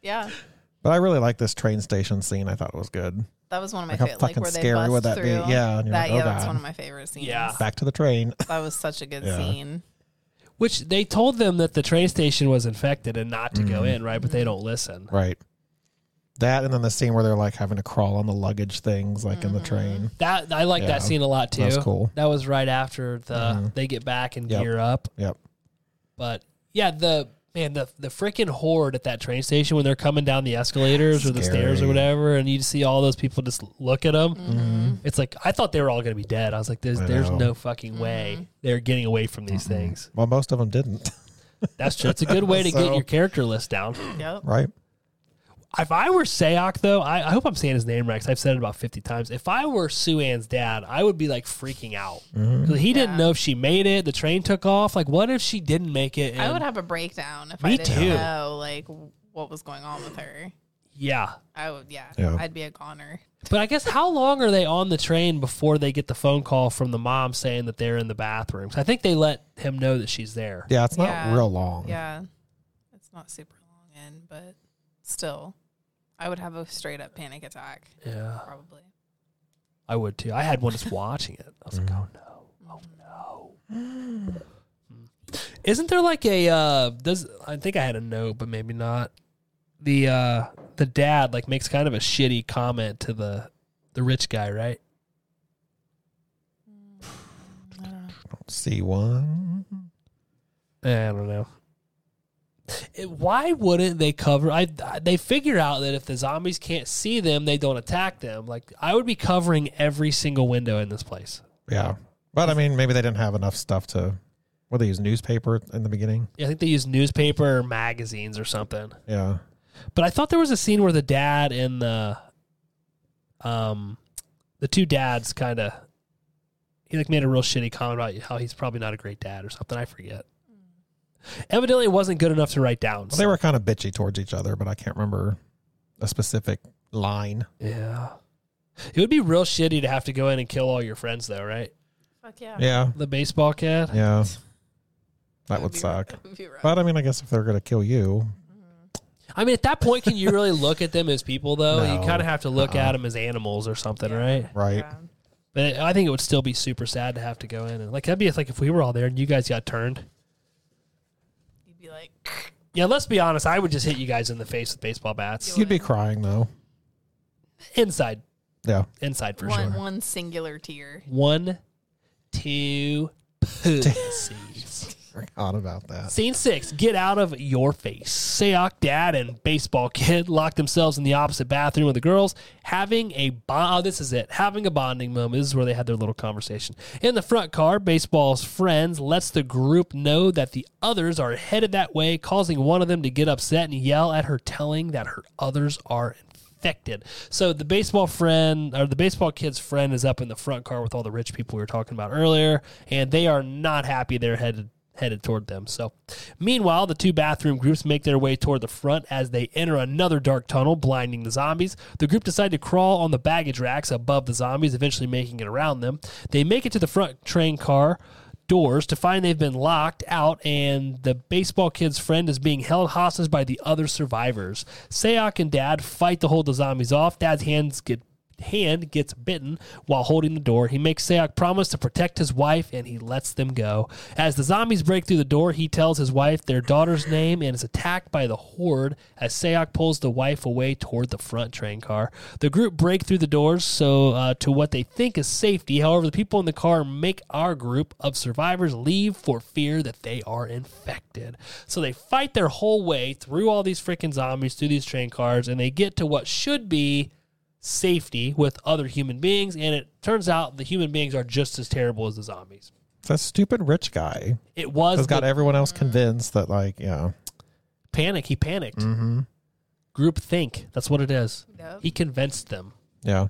Speaker 3: yeah.
Speaker 6: but I really like this train station scene. I thought it was good.
Speaker 3: That was one of my
Speaker 6: Like, how
Speaker 3: favorite. Like
Speaker 6: fucking
Speaker 3: where they
Speaker 6: scary
Speaker 3: bust
Speaker 6: would that be?
Speaker 3: through.
Speaker 6: Yeah, and
Speaker 3: that
Speaker 6: you're like, oh,
Speaker 3: yeah, that's
Speaker 6: God.
Speaker 3: one of my favorite scenes.
Speaker 2: Yeah.
Speaker 6: Back to the train. *laughs*
Speaker 3: that was such a good
Speaker 6: Yeah.
Speaker 3: scene.
Speaker 2: Which they told them that the train station was infected and not to go in, right? But they don't listen.
Speaker 6: Mm-hmm. right. That and then the scene where they're like having to crawl on the luggage things like
Speaker 3: Mm-hmm.
Speaker 6: in the train.
Speaker 2: That I like
Speaker 6: Yeah.
Speaker 2: that scene a lot too.
Speaker 6: That was cool.
Speaker 2: That was right after the
Speaker 6: Mhm.
Speaker 2: they get back and
Speaker 6: Yep.
Speaker 2: gear up.
Speaker 6: Yep.
Speaker 3: Mm-hmm.
Speaker 2: But yeah, the man, the the freaking horde at that train station when they're coming down the escalators or the
Speaker 6: Scary.
Speaker 2: stairs or whatever, and you see all those people just look at them.
Speaker 6: Mm-hmm.
Speaker 2: It's like I thought they were all going to be dead. I was like, "There's
Speaker 6: I
Speaker 2: there's
Speaker 6: know.
Speaker 2: no fucking
Speaker 3: Mm-hmm.
Speaker 2: way they're getting away from these things."
Speaker 6: Well, most of them didn't. *laughs*
Speaker 2: That's true. It's a good way to get
Speaker 6: So-
Speaker 2: your character list down.
Speaker 3: Yep.
Speaker 6: right.
Speaker 2: If I were Sayok though, I, I hope I'm saying his name right. 'cause I've said it about 50 times. If I were Sue Ann's dad, I would be like freaking out
Speaker 6: Mm-hmm.
Speaker 2: 'Cause he didn't
Speaker 3: Yeah.
Speaker 2: know if she made it. The train took off. Like, what if she didn't make it?
Speaker 3: I
Speaker 2: and-
Speaker 3: would have a breakdown if
Speaker 2: Me
Speaker 3: I didn't
Speaker 2: too.
Speaker 3: know like what was going on with her.
Speaker 2: yeah.
Speaker 3: I would, yeah,
Speaker 6: Yeah.
Speaker 3: I'd be a goner.
Speaker 2: But I guess how long are they on the train before they get the phone call from the mom saying that they're in the bathroom? 'Cause I think they let him know that she's there.
Speaker 6: Yeah, it's not
Speaker 3: Yeah.
Speaker 6: real long.
Speaker 3: Yeah, it's not super long in, but still, I would have a straight up panic attack
Speaker 2: Yeah,
Speaker 3: probably.
Speaker 2: I would too. I had one just watching it. I was like, oh no, oh no. Isn't there like a uh does I think I had a note, but maybe not. The uh the dad like makes kind of a shitty comment to the the rich guy, right?
Speaker 3: I don't know.
Speaker 6: See one.
Speaker 2: Eh, I don't know. It- why wouldn't they cover? I they figure out that if the zombies can't see them, they don't attack them. Like I would be covering every single window in this place.
Speaker 6: Yeah. But I mean, maybe they didn't have enough stuff to. Well, they use newspaper in the beginning.
Speaker 2: Yeah, I think they use newspaper or magazines or something.
Speaker 6: Yeah.
Speaker 2: But I thought there was a scene where the dad and the um the two dads kind of he like made a real shitty comment about how he's probably not a great dad or something. I forget. Evidently, it wasn't good enough to write down.
Speaker 6: Well, they were kind of bitchy towards each other, but I can't remember a specific line.
Speaker 2: yeah. It would be real shitty to have to go in and kill all your friends, though, right?
Speaker 3: Fuck yeah.
Speaker 6: Yeah.
Speaker 2: The baseball cat.
Speaker 6: Yeah. That
Speaker 3: That'd
Speaker 6: would
Speaker 3: be- *laughs*
Speaker 6: suck.
Speaker 3: that'd be rough.
Speaker 6: But I mean, I guess if they're going to kill you,
Speaker 2: I mean, at that point, can you
Speaker 6: *laughs*
Speaker 2: really look at them as people, though?
Speaker 6: No.
Speaker 2: You kind of have to look
Speaker 6: Uh-uh.
Speaker 2: at them as animals or something, right?
Speaker 6: right?
Speaker 3: Yeah.
Speaker 2: But I think it would still be super sad to have to go in and like that'd be like if we were all there and you guys got turned.
Speaker 3: You'd be like,
Speaker 2: Yeah, let's be honest. I would just hit you guys in the face with baseball bats.
Speaker 6: You'd be crying though.
Speaker 2: Inside,
Speaker 6: Yeah.
Speaker 2: inside for
Speaker 3: one
Speaker 2: sure.
Speaker 3: one singular tear.
Speaker 2: One, two, pussies.
Speaker 6: *laughs* Forgot about that.
Speaker 2: Scene six: Get out of your face. Sayok Dad and baseball kid lock themselves in the opposite bathroom of the girls, having a bond. Oh, this is it. Having a bonding moment. This is where they had their little conversation in the front car. Baseball's friends lets the group know that the others are headed that way, causing one of them to get upset and yell at her, telling that her others are infected. So the baseball friend or the baseball kid's friend is up in the front car with all the rich people we were talking about earlier, and they are not happy they're headed headed toward them. So meanwhile, the two bathroom groups make their way toward the front as they enter another dark tunnel, blinding the zombies. The group decide to crawl on the baggage racks above the zombies, eventually making it around them. They make it to the front train car doors to find they've been locked out and the baseball kid's friend is being held hostage by the other survivors. Sayok and Dad fight to hold the zombies off. Dad's hands get hand gets bitten while holding the door. He makes Sayok promise to protect his wife and he lets them go. As the zombies break through the door, he tells his wife their daughter's name and is attacked by the horde as Sayok pulls the wife away toward the front train car. The group break through the doors so uh, to what they think is safety. However, the people in the car make our group of survivors leave for fear that they are infected. So they fight their whole way through all these freaking zombies, through these train cars, and they get to what should be safety with other human beings, and it turns out the human beings are just as terrible as the zombies.
Speaker 6: It's that stupid rich guy
Speaker 2: It was
Speaker 6: has got
Speaker 2: the
Speaker 6: everyone else convinced that, like, yeah,
Speaker 2: panic. He panicked. Group think. That's what it is.
Speaker 3: Nope.
Speaker 2: He convinced them.
Speaker 6: yeah,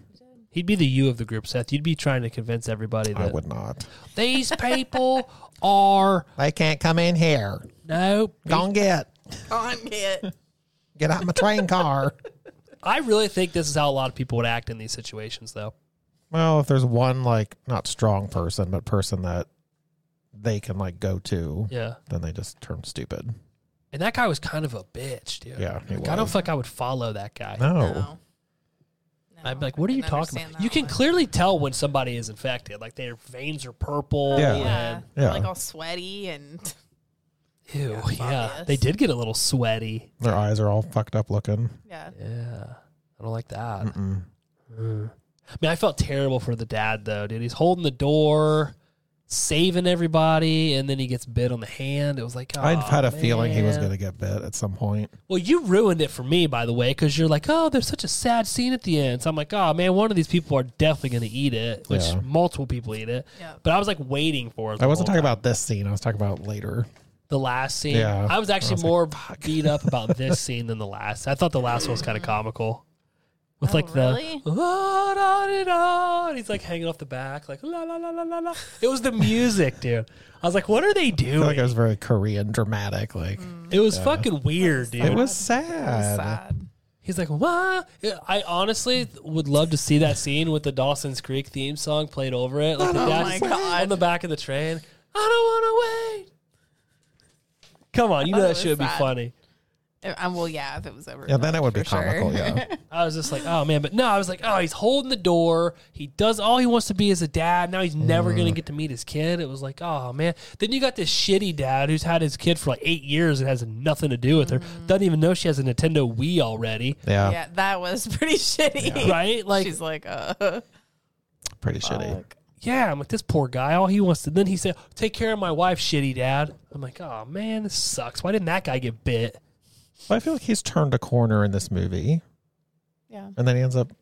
Speaker 2: He'd be the you of the group, Seth. You'd be trying to convince everybody
Speaker 6: I
Speaker 2: that
Speaker 6: would not.
Speaker 2: these people
Speaker 6: *laughs*
Speaker 2: are
Speaker 6: They can't come in here.
Speaker 2: no.
Speaker 6: Don't get
Speaker 3: On it.
Speaker 6: get out my train car.
Speaker 2: I really think this is how a lot of people would act in these situations, though.
Speaker 6: *laughs* Well, if there's one like not strong person, but person that they can like go to,
Speaker 2: Yeah.
Speaker 6: then they just turn stupid.
Speaker 2: And that guy was kind of a bitch, dude.
Speaker 6: Yeah, he
Speaker 2: Like, I don't
Speaker 6: was.
Speaker 2: think I would follow that guy.
Speaker 6: No.
Speaker 3: No. No,
Speaker 2: I'd be like, what are
Speaker 3: I
Speaker 2: you
Speaker 3: can
Speaker 2: talking
Speaker 3: understand
Speaker 2: about? You
Speaker 3: that
Speaker 2: can
Speaker 3: one.
Speaker 2: clearly tell when somebody is infected. Like their veins are purple.
Speaker 6: Yeah.
Speaker 3: Yeah.
Speaker 6: Yeah.
Speaker 3: Like all sweaty and *laughs*
Speaker 2: And, ew.
Speaker 3: it's
Speaker 2: Yeah.
Speaker 3: obvious.
Speaker 2: They did get a little sweaty.
Speaker 6: Their eyes are all fucked up looking.
Speaker 3: yeah.
Speaker 2: Yeah. I don't like that.
Speaker 6: Mm-mm.
Speaker 2: Mm. I mean, I felt terrible for the dad, though, dude. He's holding the door, saving everybody, and then he gets bit on the hand. It was like,
Speaker 6: I
Speaker 2: aw,
Speaker 6: had a feeling he was
Speaker 2: man.
Speaker 6: going to get bit at some point.
Speaker 2: Well, you ruined it for me, by the way, because you're like, oh, there's such a sad scene at the end. So I'm like, oh, man, one of these people are definitely going to eat it, which
Speaker 6: Yeah.
Speaker 2: multiple people eat it.
Speaker 3: Yeah.
Speaker 2: But I was like "Oh, waiting for it. the
Speaker 6: I wasn't
Speaker 2: whole
Speaker 6: talking
Speaker 2: time.
Speaker 6: about this scene. I was talking about later.
Speaker 2: the last scene.
Speaker 6: Yeah.
Speaker 2: I was actually
Speaker 6: I was like,
Speaker 2: more beat up about this scene than the last. I thought the last one was kind of comical. With
Speaker 3: Oh,
Speaker 2: like
Speaker 3: really?
Speaker 2: *laughs* the "La, da, di, da," and he's like hanging off the back, like la la la la la la. It was the music, dude. I was like, what are they
Speaker 6: I
Speaker 2: doing?
Speaker 6: feel like it was very Korean dramatic. Like
Speaker 2: it was fucking weird, dude.
Speaker 6: it was
Speaker 3: It was
Speaker 6: sad.
Speaker 3: sad.
Speaker 2: He's like, what? I honestly would love to see that scene with the Dawson's Creek theme song played over it. Like the
Speaker 3: *laughs* Oh
Speaker 2: dad's
Speaker 3: my God.
Speaker 2: on the back of the train. I don't want to wait. Come on, you
Speaker 3: thought
Speaker 2: know that
Speaker 3: it was
Speaker 2: should be
Speaker 3: sad.
Speaker 2: funny.
Speaker 3: Uh, um, well, yeah, if it was over.
Speaker 6: Yeah, then it would be
Speaker 3: for sure. *laughs*
Speaker 6: comical. Yeah.
Speaker 2: I was just like, oh man, but no, I was like, oh, he's holding the door. He does all he wants to be as a dad. Now he's never gonna get to meet his kid. It was like, oh man. Then you got this shitty dad who's had his kid for like eight years and has nothing to do with her. Doesn't even know she has a Nintendo Wii already,
Speaker 6: Yeah.
Speaker 3: yeah, that was pretty *laughs* shitty.
Speaker 2: right? Like,
Speaker 3: She's like, *laughs* uh,
Speaker 6: Pretty shitty.
Speaker 2: yeah, I'm like this poor guy. All he wants to. Then he said, take care of my wife, shitty dad. I'm like, oh man, this sucks. Why didn't that guy get bit?
Speaker 6: But I feel like he's turned a corner in this movie,
Speaker 3: yeah.
Speaker 6: and then he ends up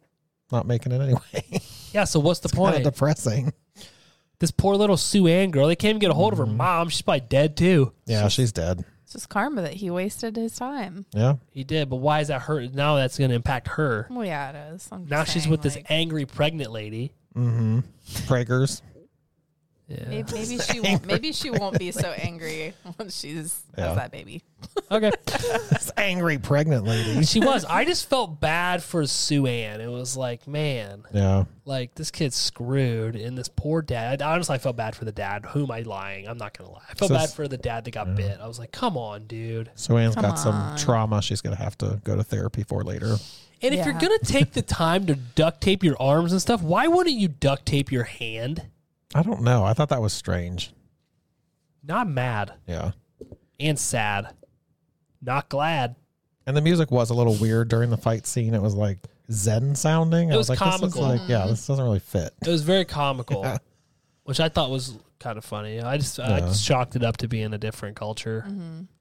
Speaker 6: not making it anyway. *laughs*
Speaker 2: Yeah. So what's the
Speaker 6: kind of
Speaker 2: point?
Speaker 6: depressing.
Speaker 2: this poor little Sue Ann girl. They can't even get a hold of her mom. She's probably dead too.
Speaker 6: Yeah, she's dead.
Speaker 3: It's just karma that he wasted his time.
Speaker 6: Yeah.
Speaker 2: He did, but why is that hurt? Now that's going to impact her.
Speaker 3: Well, yeah, it is. I'm just
Speaker 2: Now she's
Speaker 3: saying,
Speaker 2: with this
Speaker 3: like,
Speaker 2: angry pregnant lady.
Speaker 6: Mm-hmm. Prager's.
Speaker 2: *laughs* Yeah.
Speaker 3: Maybe, maybe
Speaker 6: *laughs*
Speaker 3: she won't. Maybe she won't be so angry when she's
Speaker 6: Yeah.
Speaker 3: has that baby.
Speaker 2: Okay.
Speaker 6: This *laughs* angry pregnant lady.
Speaker 2: she was. I just felt bad for Sue Ann. It was like, man,
Speaker 6: Yeah.
Speaker 2: like this kid's screwed, and this poor dad. Honestly, I felt bad for the dad. Who am I lying? I'm not gonna lie. I felt
Speaker 6: So
Speaker 2: bad
Speaker 6: s-
Speaker 2: for the dad that got bit. I was like, come on, dude.
Speaker 6: So Anne's
Speaker 3: Come
Speaker 6: got some
Speaker 3: on.
Speaker 6: trauma she's gonna have to go to therapy for later.
Speaker 2: And if you're
Speaker 3: Yeah.
Speaker 2: gonna take the time to duct tape your arms and stuff, why wouldn't you duct tape your hand?
Speaker 6: I don't know. I thought that was strange.
Speaker 2: Not mad
Speaker 6: Yeah.
Speaker 2: and sad, not glad.
Speaker 6: And the music was a little weird during the fight scene. It was like Zen sounding. I
Speaker 2: It was
Speaker 6: like, this is
Speaker 2: comical.
Speaker 6: like, yeah, this doesn't really fit.
Speaker 2: It was very comical,
Speaker 6: Yeah.
Speaker 2: which I thought was kind of funny. I just I
Speaker 6: Yeah.
Speaker 2: just chalked it up to being a different culture.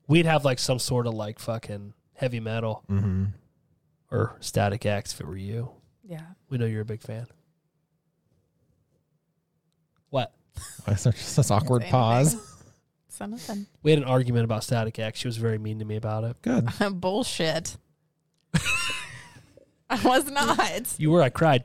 Speaker 2: We'd have like some sort of like fucking heavy metal
Speaker 6: Mm-hmm. *laughs*
Speaker 2: or Static X if it were you.
Speaker 3: Yeah.
Speaker 2: We know you're a big fan. What?
Speaker 6: Is there just this awkward
Speaker 3: Say
Speaker 6: pause?
Speaker 3: *laughs* So nothing. *laughs*
Speaker 2: We had an argument about Static X. She was very mean to me about it.
Speaker 6: Good.
Speaker 3: Bullshit. *laughs* I was not.
Speaker 2: You were. I cried.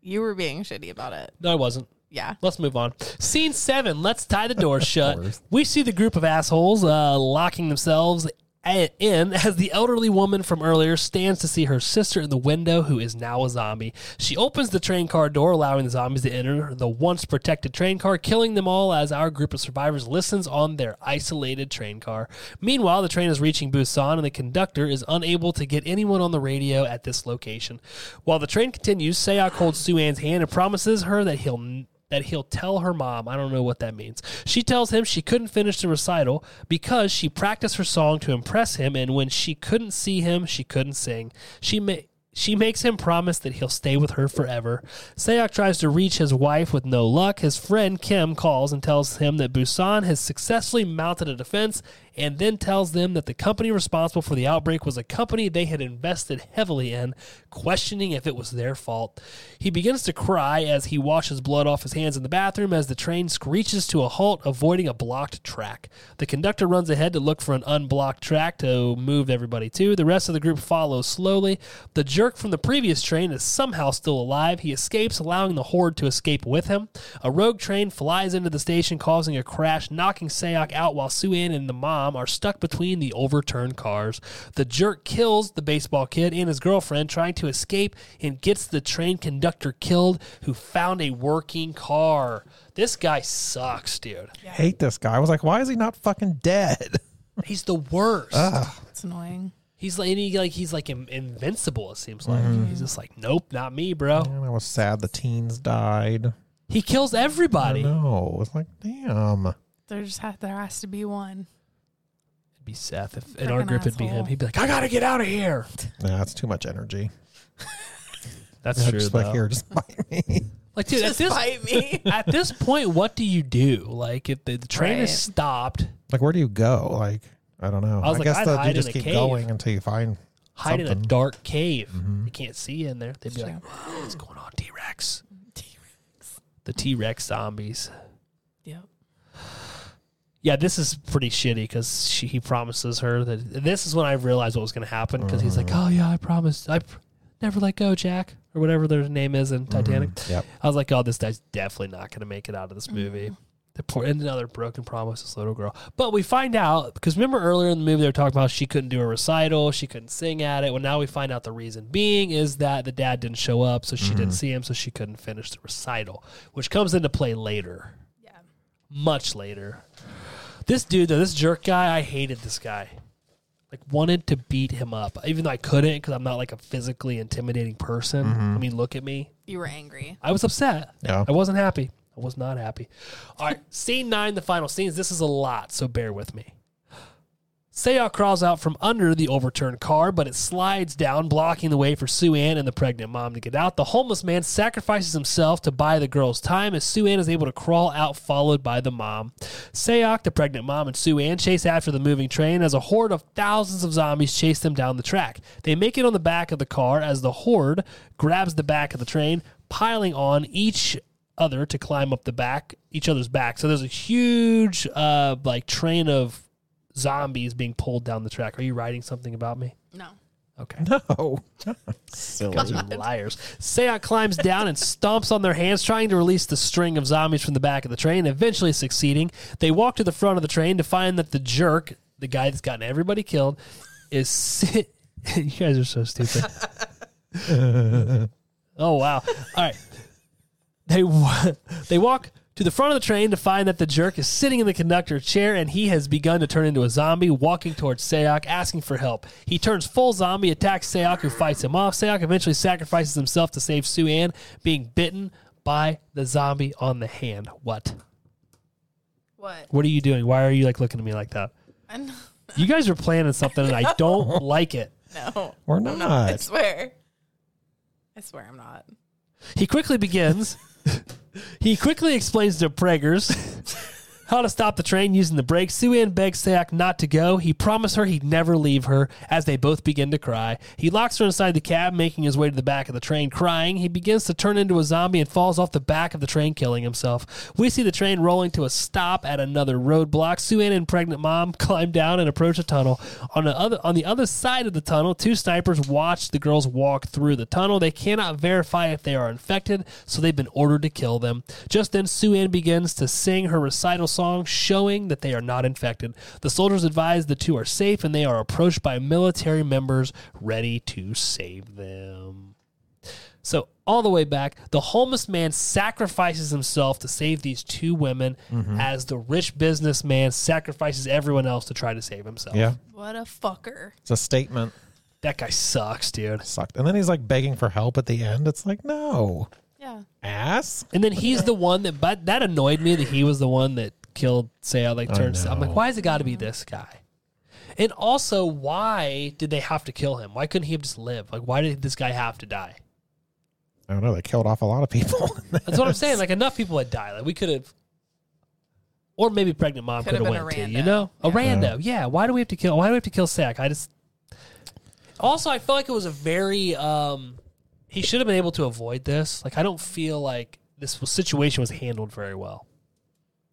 Speaker 3: You were being shitty about it.
Speaker 2: No, I wasn't.
Speaker 3: Yeah.
Speaker 2: Let's move on. Scene seven. Let's tie the door shut.
Speaker 6: course.
Speaker 2: We see the group of assholes uh, locking themselves a- in as the elderly woman from earlier stands to see her sister in the window, who is now a zombie. She opens the train car door, allowing the zombies to enter the once protected train car, killing them all as our group of survivors listens on their isolated train car. Meanwhile, the train is reaching Busan, and the conductor is unable to get anyone on the radio at this location. While the train continues, Sayok holds Sue Ann's hand and promises her that he'll. n- that he'll tell her mom. I don't know what that means. She tells him she couldn't finish the recital because she practiced her song to impress him, and when she couldn't see him, she couldn't sing. She ma- she makes him promise that he'll stay with her forever. Sayok tries to reach his wife with no luck. His friend Kim calls and tells him that Busan has successfully mounted a defense and then tells them that the company responsible for the outbreak was a company they had invested heavily in, questioning if it was their fault. He begins to cry as he washes blood off his hands in the bathroom as the train screeches to a halt, avoiding a blocked track. The conductor runs ahead to look for an unblocked track to move everybody to. The rest of the group follows slowly. The jerk from the previous train is somehow still alive. He escapes, allowing the horde to escape with him. A rogue train flies into the station, causing a crash, knocking Sayok out while Sue Ann and the mom are stuck between the overturned cars. The jerk kills the baseball kid and his girlfriend trying to escape and gets the train conductor killed who found a working car. This guy sucks, dude.
Speaker 6: Hate this guy. I was like, why is he not fucking dead? *laughs*
Speaker 2: He's the worst.
Speaker 3: It's annoying.
Speaker 2: He's like, and he, like he's like in- invincible. It seems like he's just like, nope, not me, bro.
Speaker 6: And I was sad the teens died.
Speaker 2: He kills everybody. It'd
Speaker 6: No, it's like, damn.
Speaker 3: There just ha- there has to be one.
Speaker 2: be Seth. If in our
Speaker 3: Frickin'
Speaker 2: group, it'd be him.
Speaker 3: asshole.
Speaker 2: He'd be like, I gotta get out of here.
Speaker 6: Nah, it's too much energy.
Speaker 2: That's
Speaker 6: It's
Speaker 2: true.
Speaker 6: just
Speaker 2: though.
Speaker 6: like *laughs* here, just bite me.
Speaker 2: Like, dude,
Speaker 3: Just
Speaker 2: at this *laughs*
Speaker 3: bite me.
Speaker 2: at this point, what do you do? Like, if the, the train
Speaker 3: Right.
Speaker 2: is stopped,
Speaker 6: Like, where do you go? Like, I don't know.
Speaker 2: I was like, I'd
Speaker 6: guess that
Speaker 2: hide in
Speaker 6: you just
Speaker 2: a
Speaker 6: keep
Speaker 2: cave.
Speaker 6: going until you find.
Speaker 2: hide in a
Speaker 6: Something.
Speaker 2: dark cave. You can't see in there. They'd be like,
Speaker 3: true.
Speaker 2: what's going on, T Rex? The T Rex zombies.
Speaker 3: *laughs* Yep.
Speaker 2: Yeah, this is pretty shitty because he promises her that this is when I realized what was going to happen because he's like, "Oh yeah, I promised, I pr- never let go, Jack, or whatever their name is in Titanic."
Speaker 6: Yep.
Speaker 2: I was like, "Oh, this guy's definitely not going to make it out of this movie." The poor, and another broken promise, this little girl. But we find out because remember earlier in the movie they were talking about she couldn't do a recital, she couldn't sing at it. Well, now we find out the reason being is that the dad didn't show up, so she didn't see him, so she couldn't finish the recital, which comes into play later much later. This dude, though, this jerk guy, I hated this guy. like wanted to beat him up, even though I couldn't because I'm not like a physically intimidating person. I mean, look at me.
Speaker 3: You were angry.
Speaker 2: I was upset. *laughs*
Speaker 6: Yeah.
Speaker 2: I wasn't happy. I was not happy. All right, scene nine, the final scenes. This is a lot, so bear with me. Sayok crawls out from under the overturned car, but it slides down, blocking the way for Sue Ann and the pregnant mom to get out. The homeless man sacrifices himself to buy the girl's time as Sue Ann is able to crawl out, followed by the mom. Sayok, the pregnant mom, and Sue Ann chase after the moving train as a horde of thousands of zombies chase them down the track. They make it on the back of the car as the horde grabs the back of the train, piling on each other to climb up the back, each other's back. So there's a huge uh like train of zombies being pulled down the track. Are you writing something about me?
Speaker 3: No.
Speaker 2: Okay.
Speaker 6: Oh, silly.
Speaker 2: Guys are liars. Sayok climbs down and stomps on their hands, trying to release the string of zombies from the back of the train, eventually succeeding. They walk to the front of the train to find that the jerk, the guy that's gotten everybody killed, is sit. *laughs* you guys are so stupid. oh, wow. All right. They, *laughs* wa- they walk to the front of the train to find that the jerk is sitting in the conductor chair and he has begun to turn into a zombie, walking towards Sayok, asking for help. He turns full zombie, attacks Sayok, who fights him off. Sayok eventually sacrifices himself to save Sue Ann, being bitten by the zombie on the hand. What?
Speaker 3: What?
Speaker 2: What are you doing? Why are you like looking at me like that?
Speaker 3: I know. *laughs*
Speaker 2: You guys are planning something and I don't like it.
Speaker 3: No.
Speaker 6: We're
Speaker 3: I'm I
Speaker 6: not.
Speaker 3: swear. I swear I'm not.
Speaker 2: He quickly begins. he quickly explains to Preggers how to stop the train using the brakes. Sue Ann begs Sayak not to go. He promised her he'd never leave her as they both begin to cry. He locks her inside the cab, making his way to the back of the train crying. He begins to turn into a zombie and falls off the back of the train, killing himself. We see the train rolling to a stop at another roadblock. Sue Ann and pregnant mom *laughs* climb down and approach a tunnel. On the other on the other side of the tunnel, two snipers watch the girls walk through the tunnel. They cannot verify if they are infected, so they've been ordered to kill them. Just then, Sue Ann begins to sing her recital song, showing that they are not infected. The soldiers advise the two are safe, and they are approached by military members ready to save them. So, all the way back, the homeless man sacrifices himself to save these two women, as the rich businessman sacrifices everyone else to try to save himself.
Speaker 6: Yeah,
Speaker 3: What a fucker.
Speaker 6: it's a statement.
Speaker 2: That guy sucks, dude.
Speaker 6: Sucked. And then he's like begging for help at the end. It's like, no,
Speaker 3: Yeah.
Speaker 6: ass.
Speaker 2: And then he's the one that, but that annoyed me that he was the one that killed Saya. Like turns, I'm like,
Speaker 6: know.
Speaker 2: why has it got to be this guy? And also, why did they have to kill him? Why couldn't he have just lived? Like, why did this guy have to die?
Speaker 6: I don't know. They killed off a lot of people. *laughs*
Speaker 2: That's
Speaker 3: *laughs*
Speaker 2: what I'm saying. Like, enough people had died. Like, we could have, or maybe pregnant mom could
Speaker 3: Could have
Speaker 2: have
Speaker 3: been a
Speaker 2: went to. You
Speaker 3: rando.
Speaker 2: know, a
Speaker 3: Yeah.
Speaker 2: rando. Yeah. Why do we have to kill? Why do we have to kill Sack? I just. Also, I feel like it was a very. um He should have been able to avoid this. Like, I don't feel like this was, situation was handled very well.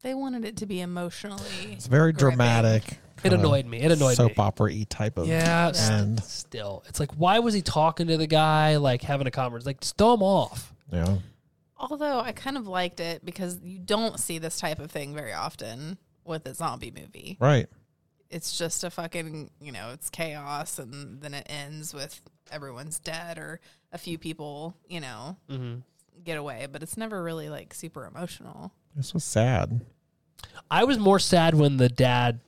Speaker 3: They wanted it to be emotionally.
Speaker 6: It's very
Speaker 3: Gripping.
Speaker 6: dramatic.
Speaker 2: It annoyed me. It annoyed
Speaker 6: soap
Speaker 2: me.
Speaker 6: opera y type of.
Speaker 2: Yeah, s-
Speaker 6: Uh-huh. And
Speaker 2: still, it's like, why was he talking to the guy? Like having a conversation, like just throw him off.
Speaker 6: yeah,
Speaker 3: Although I kind of liked it because you don't see this type of thing very often with a zombie movie.
Speaker 6: right.
Speaker 3: It's just a fucking, you know, it's chaos and then it ends with everyone's dead or a few people, you know, get away, but it's never really like super emotional.
Speaker 6: This was sad.
Speaker 2: I was more sad when the dad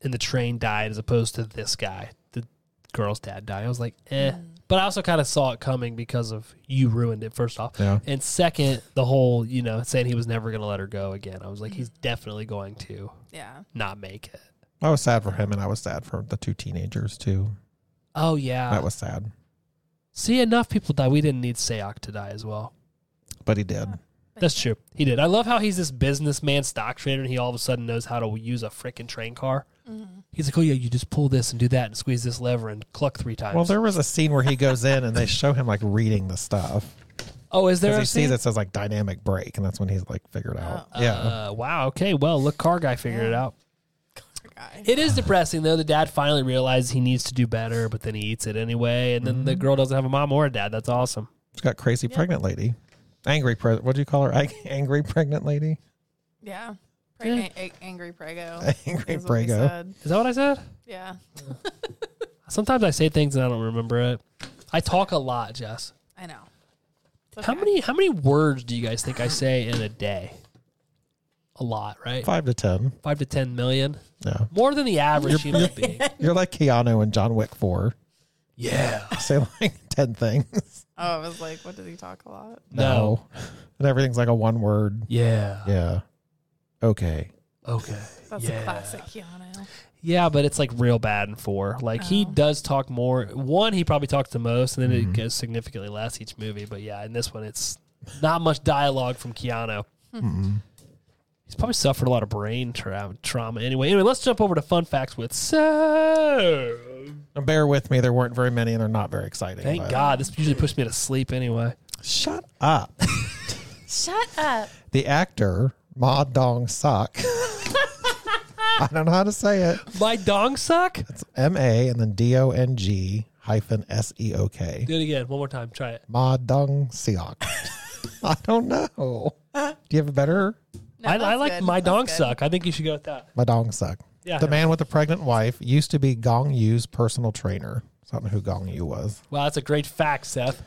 Speaker 2: in the train died as opposed to this guy, the girl's dad died. I was like, eh. But I also kind of saw it coming because of you ruined it. First off,
Speaker 6: Yeah.
Speaker 2: and second, the whole you know saying he was never going to let her go again. I was like, he's definitely going to
Speaker 3: Yeah.
Speaker 2: not make it.
Speaker 6: I was sad for him, and I was sad for the two teenagers too.
Speaker 2: Oh yeah,
Speaker 6: That was sad,
Speaker 2: see enough people die. We didn't need Sayok to die as well.
Speaker 6: but he did.
Speaker 2: That's true. He did. I love how he's this businessman stock trader and he all of a sudden knows how to use a freaking train car. He's like, oh, yeah, you just pull this and do that and squeeze this lever and cluck three times.
Speaker 6: Well, there was a scene where he goes in and they show him like reading the stuff
Speaker 2: oh, is there
Speaker 6: because
Speaker 2: a
Speaker 6: he
Speaker 2: scene?
Speaker 6: sees it says like dynamic break, and that's when he's like figured out. yeah,
Speaker 2: Uh, wow. Okay. Well, look, car guy figured it out.
Speaker 3: Guy.
Speaker 2: It is depressing, though. The dad finally realizes he needs to do better, but then he eats it anyway. And then the girl doesn't have a mom or a dad. That's awesome.
Speaker 6: she's got crazy pregnant lady, angry. Pre- what do you call her? Ang- *laughs* angry pregnant lady.
Speaker 3: Yeah. Preg- a- angry prego.
Speaker 6: *laughs* Angry
Speaker 3: is what we
Speaker 6: prego.
Speaker 3: said.
Speaker 2: Is that what I said?
Speaker 3: Yeah.
Speaker 2: Sometimes I say things and I don't remember it. I talk a lot, Jess.
Speaker 3: I know.
Speaker 2: How many how many words do you guys think I say in a day? a lot, right?
Speaker 6: Five to ten.
Speaker 2: Five to ten million,
Speaker 6: Yeah.
Speaker 2: more than the average human *laughs*
Speaker 3: *laughs*
Speaker 2: being.
Speaker 6: You're like Keanu and John Wick four. *laughs*
Speaker 2: Yeah.
Speaker 6: Say like ten things.
Speaker 3: Oh, I was like, what did he talk a lot?
Speaker 2: No.
Speaker 6: And everything's like a one word.
Speaker 2: Yeah.
Speaker 6: Yeah. Okay.
Speaker 2: Okay.
Speaker 3: That's
Speaker 2: Yeah.
Speaker 3: a classic Keanu.
Speaker 2: Yeah, but it's like real bad in four. Like he
Speaker 3: Oh.
Speaker 2: does talk more. One, he probably talks the most, and then
Speaker 6: Mhm.
Speaker 2: it goes significantly less each movie. But yeah, in this one, it's not much dialogue from Keanu.
Speaker 3: Hmm.
Speaker 6: Mm-mm.
Speaker 2: He's probably suffered a lot of brain tra- trauma. Anyway, anyway, let's jump over to fun facts with so.
Speaker 6: Now bear with me. There weren't very many, and they're not very exciting.
Speaker 2: Thank
Speaker 6: but-
Speaker 2: God, this usually pushed me to sleep anyway.
Speaker 6: Shut up.
Speaker 5: *laughs* Shut up.
Speaker 6: the actor Ma Dong Sok.
Speaker 5: *laughs*
Speaker 6: I don't know how to say it.
Speaker 2: My dong suck. Do
Speaker 6: It's M A and then D O N G hyphen S E O K.
Speaker 2: it again, one more time. Try it.
Speaker 6: Ma Dong Siok. *laughs* I don't know. Do you have a better
Speaker 3: No,
Speaker 2: I, I
Speaker 3: that's
Speaker 2: like
Speaker 3: good.
Speaker 2: my
Speaker 3: That's
Speaker 2: dong
Speaker 3: good.
Speaker 2: suck. I think you should go with that.
Speaker 6: Ma Dong Sok?
Speaker 2: Yeah.
Speaker 6: The man with a pregnant wife used to be Gong Yu's personal trainer. So I don't know who Gong Yu was.
Speaker 2: Wow, that's a great fact, Seth.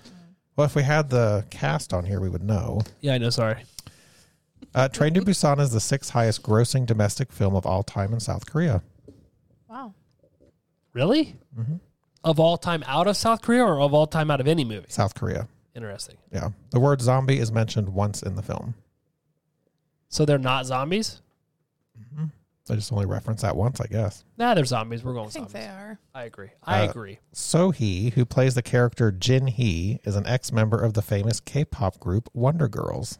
Speaker 6: Well, if we had the cast on here, we would know.
Speaker 2: Yeah, I know. Sorry.
Speaker 6: Uh, Train to Busan is the sixth highest grossing domestic film of all time in South Korea.
Speaker 3: Wow.
Speaker 2: Really? Of all time out of South Korea or of all time out of any movie?
Speaker 6: South Korea.
Speaker 2: Interesting.
Speaker 6: Yeah. The word zombie is mentioned once in the film.
Speaker 2: So they're not zombies?
Speaker 6: I just only reference that once, I guess.
Speaker 2: Nah, they're zombies. We're going
Speaker 3: I think
Speaker 2: zombies.
Speaker 3: they are.
Speaker 2: I agree. I
Speaker 6: Uh,
Speaker 2: agree.
Speaker 6: So he, who plays the character Jin Hee, is an ex member of the famous K pop group Wonder Girls.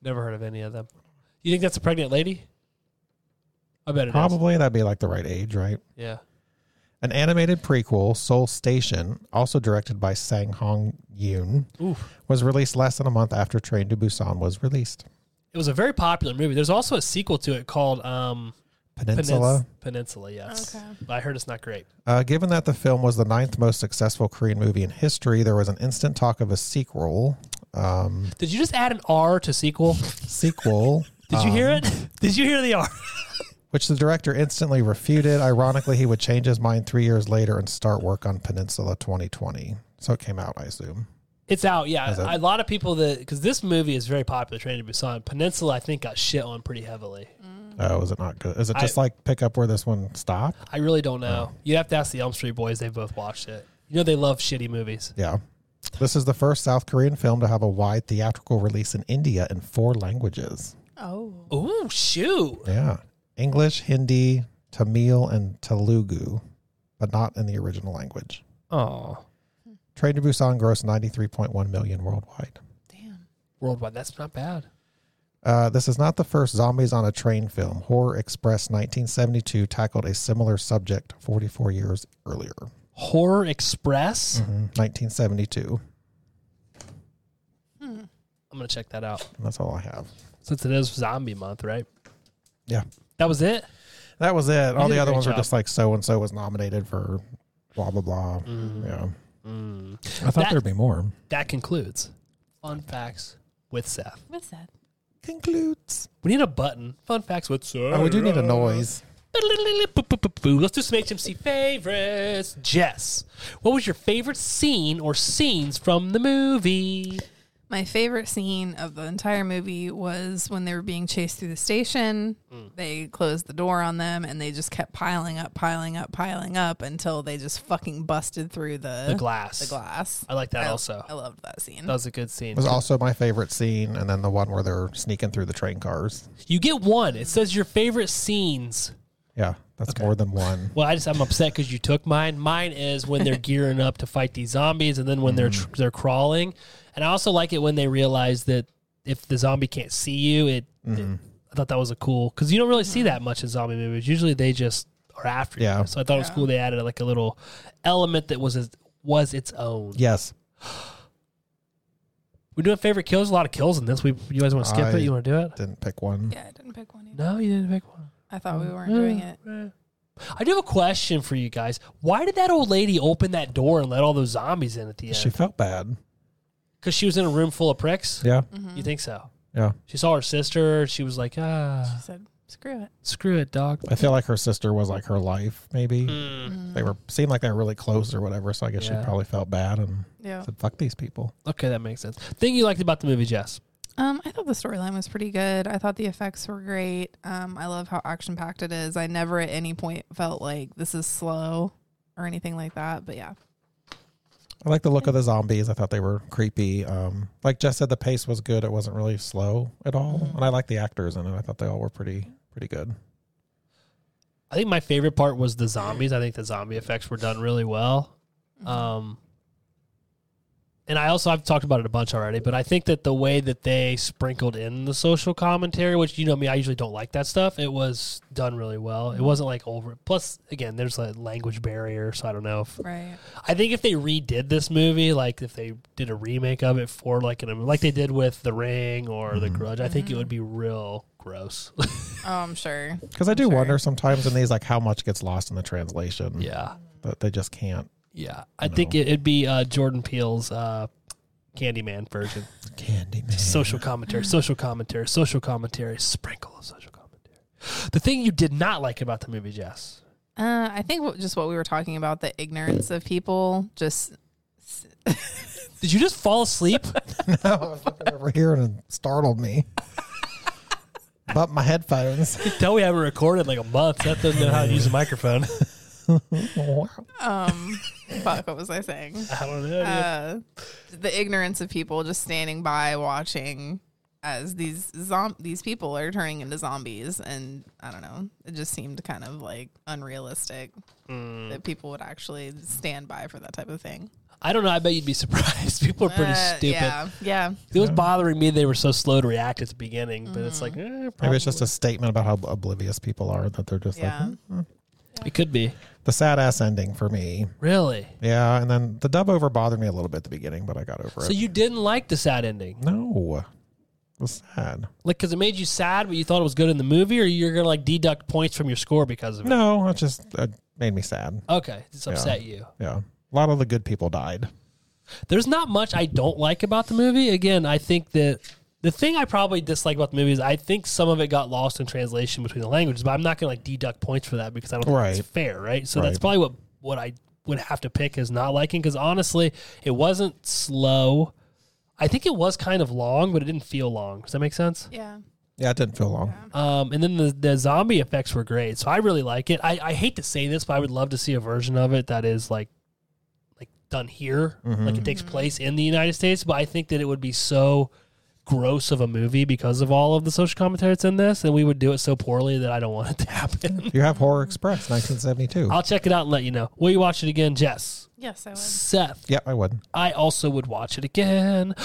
Speaker 2: Never heard of any of them. You think that's a pregnant lady? I bet it is.
Speaker 6: Probably that'd be like the right age, right?
Speaker 2: Yeah.
Speaker 6: An animated prequel, Soul Station, also directed by Sang Hong Yoon,
Speaker 2: Oof.
Speaker 6: was released less than a month after Train to Busan was released.
Speaker 2: It was a very popular movie. There's also a sequel to it called um,
Speaker 6: Peninsula.
Speaker 2: Penins- Peninsula, yes.
Speaker 3: Okay.
Speaker 2: But I heard it's not great.
Speaker 6: Uh, given that the film was the ninth most successful Korean movie in history, there was an instant talk of a sequel. Um,
Speaker 2: Did you just add an R to sequel? *laughs*
Speaker 6: sequel. um,
Speaker 2: Did you hear it? *laughs* Did you hear the R?
Speaker 6: which the director instantly refuted. Ironically, he would change his mind three years later and start work on Peninsula 2020. So it came out, I assume.
Speaker 2: It's out, yeah.
Speaker 6: Is it?
Speaker 2: A lot of people that because this movie is very popular. Train to Busan, Peninsula, I think got shit on pretty heavily.
Speaker 6: Oh, is it not good? Is it
Speaker 2: I-
Speaker 6: just like pick up where this one stopped?
Speaker 2: I really don't know. You'd have to ask the Elm Street Boys. They've both watched it. You know they love shitty movies.
Speaker 6: Yeah. This is the first South Korean film to have a wide theatrical release in India in four languages.
Speaker 3: Oh.
Speaker 2: Ooh, shoot!
Speaker 6: Yeah. English, Hindi, Tamil, and Telugu, but not in the original language.
Speaker 2: Oh,
Speaker 6: Train to Busan grossed 93.1 million worldwide.
Speaker 3: Damn.
Speaker 2: worldwide, that's not bad.
Speaker 6: Uh, this is not the first Zombies on a Train film. Horror Express 1972 tackled a similar subject 44 years earlier.
Speaker 2: Horror Express.
Speaker 6: Mm-hmm. 1972.
Speaker 2: I'm gonna check that out
Speaker 6: And That's all I have.
Speaker 2: since it is Zombie Month, right?
Speaker 6: Yeah.
Speaker 2: That was it.
Speaker 6: That was it. All
Speaker 2: did
Speaker 6: the
Speaker 2: a
Speaker 6: other
Speaker 2: great
Speaker 6: ones were
Speaker 2: job.
Speaker 6: just like so and so was nominated for blah, blah, blah. Yeah. I thought
Speaker 2: That-
Speaker 6: there'd be more.
Speaker 2: That concludes fun facts with Seth.
Speaker 3: What's that?
Speaker 6: Concludes.
Speaker 2: We need a button. Fun facts with Seth.
Speaker 6: Oh, we do need a noise.
Speaker 2: Let's do some HMC favorites. Jess, what was your favorite scene or scenes from the movie?
Speaker 3: My favorite scene of the entire movie was when they were being chased through the station.
Speaker 2: Mm.
Speaker 3: They closed the door on them and they just kept piling up, piling up, piling up until they just fucking busted through the,
Speaker 2: The glass.
Speaker 3: The glass.
Speaker 2: I like that
Speaker 3: I-
Speaker 2: also.
Speaker 3: I loved that scene.
Speaker 2: That was a good scene.
Speaker 6: It was also my favorite scene, and then the one where they're sneaking through the train cars.
Speaker 2: You get one. It says your favorite scenes.
Speaker 6: Yeah, that's more than one.
Speaker 2: Well, I just I'm upset because you took mine. Mine is when
Speaker 6: *laughs*
Speaker 2: they're gearing up to fight these zombies, and then when they're
Speaker 6: Mm.
Speaker 2: tr- they're crawling. And I also like it when they realize that if the zombie can't see you, it.
Speaker 6: Mm-hmm.
Speaker 2: it- I thought that was a cool because you don't really see that much in zombie movies. Usually they just are after
Speaker 6: Yeah.
Speaker 2: you. So I thought it was cool they added like a little element that was its- was its own.
Speaker 6: Yes.
Speaker 2: We're doing favorite kills. A lot of kills in this. We you guys want to skip
Speaker 6: I-
Speaker 2: it? You want to do it?
Speaker 6: Didn't pick one.
Speaker 3: yeah, I didn't pick one either.
Speaker 2: No, you didn't pick one.
Speaker 3: I thought we
Speaker 6: Mm-hmm.
Speaker 3: weren't doing it.
Speaker 2: I do have a question for you guys. Why did that old lady open that door and let all those zombies in at the
Speaker 6: She
Speaker 2: end?
Speaker 6: felt bad.
Speaker 2: Because she was in a room full of
Speaker 3: Mm-hmm.
Speaker 2: pricks.
Speaker 6: Yeah.
Speaker 2: You think so?
Speaker 6: Yeah.
Speaker 2: She saw her sister. She was like,
Speaker 6: Uh,
Speaker 3: I
Speaker 2: ah,
Speaker 3: said, screw it.
Speaker 2: screw it, dog.
Speaker 6: I feel like her sister was like her life, maybe.
Speaker 3: Mm-hmm.
Speaker 6: They were seemed like they were really close or whatever, so I guess
Speaker 2: Mm. Yeah.
Speaker 6: she probably felt bad and
Speaker 3: Yeah.
Speaker 6: said, Fuck these people.
Speaker 2: Okay, that makes sense. Thing you liked about the movie, Jess?
Speaker 3: Um, I thought the storyline was pretty good. I thought the effects were great. Um, I love how action packed it is. I never at any point felt like this is slow or anything like that. But yeah,
Speaker 6: I like the look of the zombies. I thought they were creepy. Um, like Jess said, the pace was good. It wasn't really slow at all,
Speaker 3: Mhm.
Speaker 6: and I like the actors in it. I thought they all were pretty pretty good.
Speaker 2: I think my favorite part was the zombies. I think the zombie effects were done really well. Um, and I also I've talked about it a bunch already, but I think that the way that they sprinkled in the social commentary, which you know me, I usually don't like that stuff. It was done really well. It wasn't like over. Plus, again, there's a language barrier, so I don't know if
Speaker 3: *laughs* right.
Speaker 2: I think if they redid this movie, like if they did a remake of it for like an like they did with The Ring or The
Speaker 6: Mhm.
Speaker 2: Grudge, I think it
Speaker 3: Mhm.
Speaker 2: would be real gross. *laughs*
Speaker 3: Oh, I'm sure.
Speaker 6: Because I do
Speaker 3: Sure.
Speaker 6: wonder sometimes in these like how much gets lost in the translation.
Speaker 2: yeah,
Speaker 6: but they just can't.
Speaker 2: yeah. I
Speaker 6: No.
Speaker 2: think it, it'd be uh, Jordan Peele's uh, Candyman *laughs* version.
Speaker 6: Candyman.
Speaker 2: Social commentary, social commentary, social commentary, sprinkle of social commentary. The thing you did not like about the movie, Jess.
Speaker 3: Uh, I think what, just what we were talking about the ignorance of people. Just
Speaker 2: Did you just fall *laughs* asleep?
Speaker 6: *laughs* I was looking over here and it startled me. But my headphones.
Speaker 2: Tell we haven't recorded in like a month. That doesn't know how to use a microphone.
Speaker 3: *laughs* um, fuck. What was I saying?
Speaker 2: *laughs* I don't know. dude.
Speaker 3: Uh, the ignorance of people just standing by watching as these zom- these people are turning into zombies, and I don't know. It just seemed kind of like unrealistic that people would actually stand by for that type of thing.
Speaker 2: I don't know. I bet you'd be surprised. *laughs* People are pretty
Speaker 3: Uh,
Speaker 2: stupid.
Speaker 3: Yeah, yeah.
Speaker 2: It was bothering me they were so slow to react at the beginning, but it's
Speaker 3: Mm-hmm.
Speaker 2: like eh,
Speaker 6: Maybe
Speaker 2: probably-
Speaker 6: it's just a statement about how oblivious people are that they're just
Speaker 3: Yeah.
Speaker 6: like "Hmm, hmm."
Speaker 2: it could be
Speaker 6: the sad ass ending for me.
Speaker 2: really.
Speaker 6: Yeah, and then the dub over bothered me a little bit at the beginning, but I got over
Speaker 2: So
Speaker 6: it.
Speaker 2: you didn't like the sad ending,
Speaker 6: no, it was sad.
Speaker 2: like because it made you sad, but you thought it was good in the movie, or you're gonna like deduct points from your score because of it.
Speaker 6: No, it just it made me sad.
Speaker 2: Okay, it's
Speaker 6: Yeah.
Speaker 2: upset you.
Speaker 6: Yeah, a lot of the good people died.
Speaker 2: There's not much I don't like about the movie. Again, I think that the thing I probably dislike about the movie is I think some of it got lost in translation between the languages, but I'm not gonna like deduct points for that because I don't think
Speaker 6: Right.
Speaker 2: it's fair, right? So that's
Speaker 6: Right.
Speaker 2: probably what what I would have to pick is not liking because honestly, it wasn't slow. I think it was kind of long, but it didn't feel long. Does that make sense?
Speaker 3: Yeah.
Speaker 6: Yeah, it didn't feel long.
Speaker 2: Um, and then the, the zombie effects were great, so I really like it. I, I hate to say this, but I would love to see a version of it that is like like done here, like it takes place in the United States. But I think that it would be so gross of a movie because of all of the social commentary that's in this, and we would do it so poorly that I don't want it to *laughs* happen.
Speaker 6: You have Horror Express, 1972.
Speaker 2: I'll check it out and let you know. Will you watch it again, Jess?
Speaker 3: Yes, I would.
Speaker 2: Seth,
Speaker 6: yeah, I would.
Speaker 2: I also would watch it again. *gasps*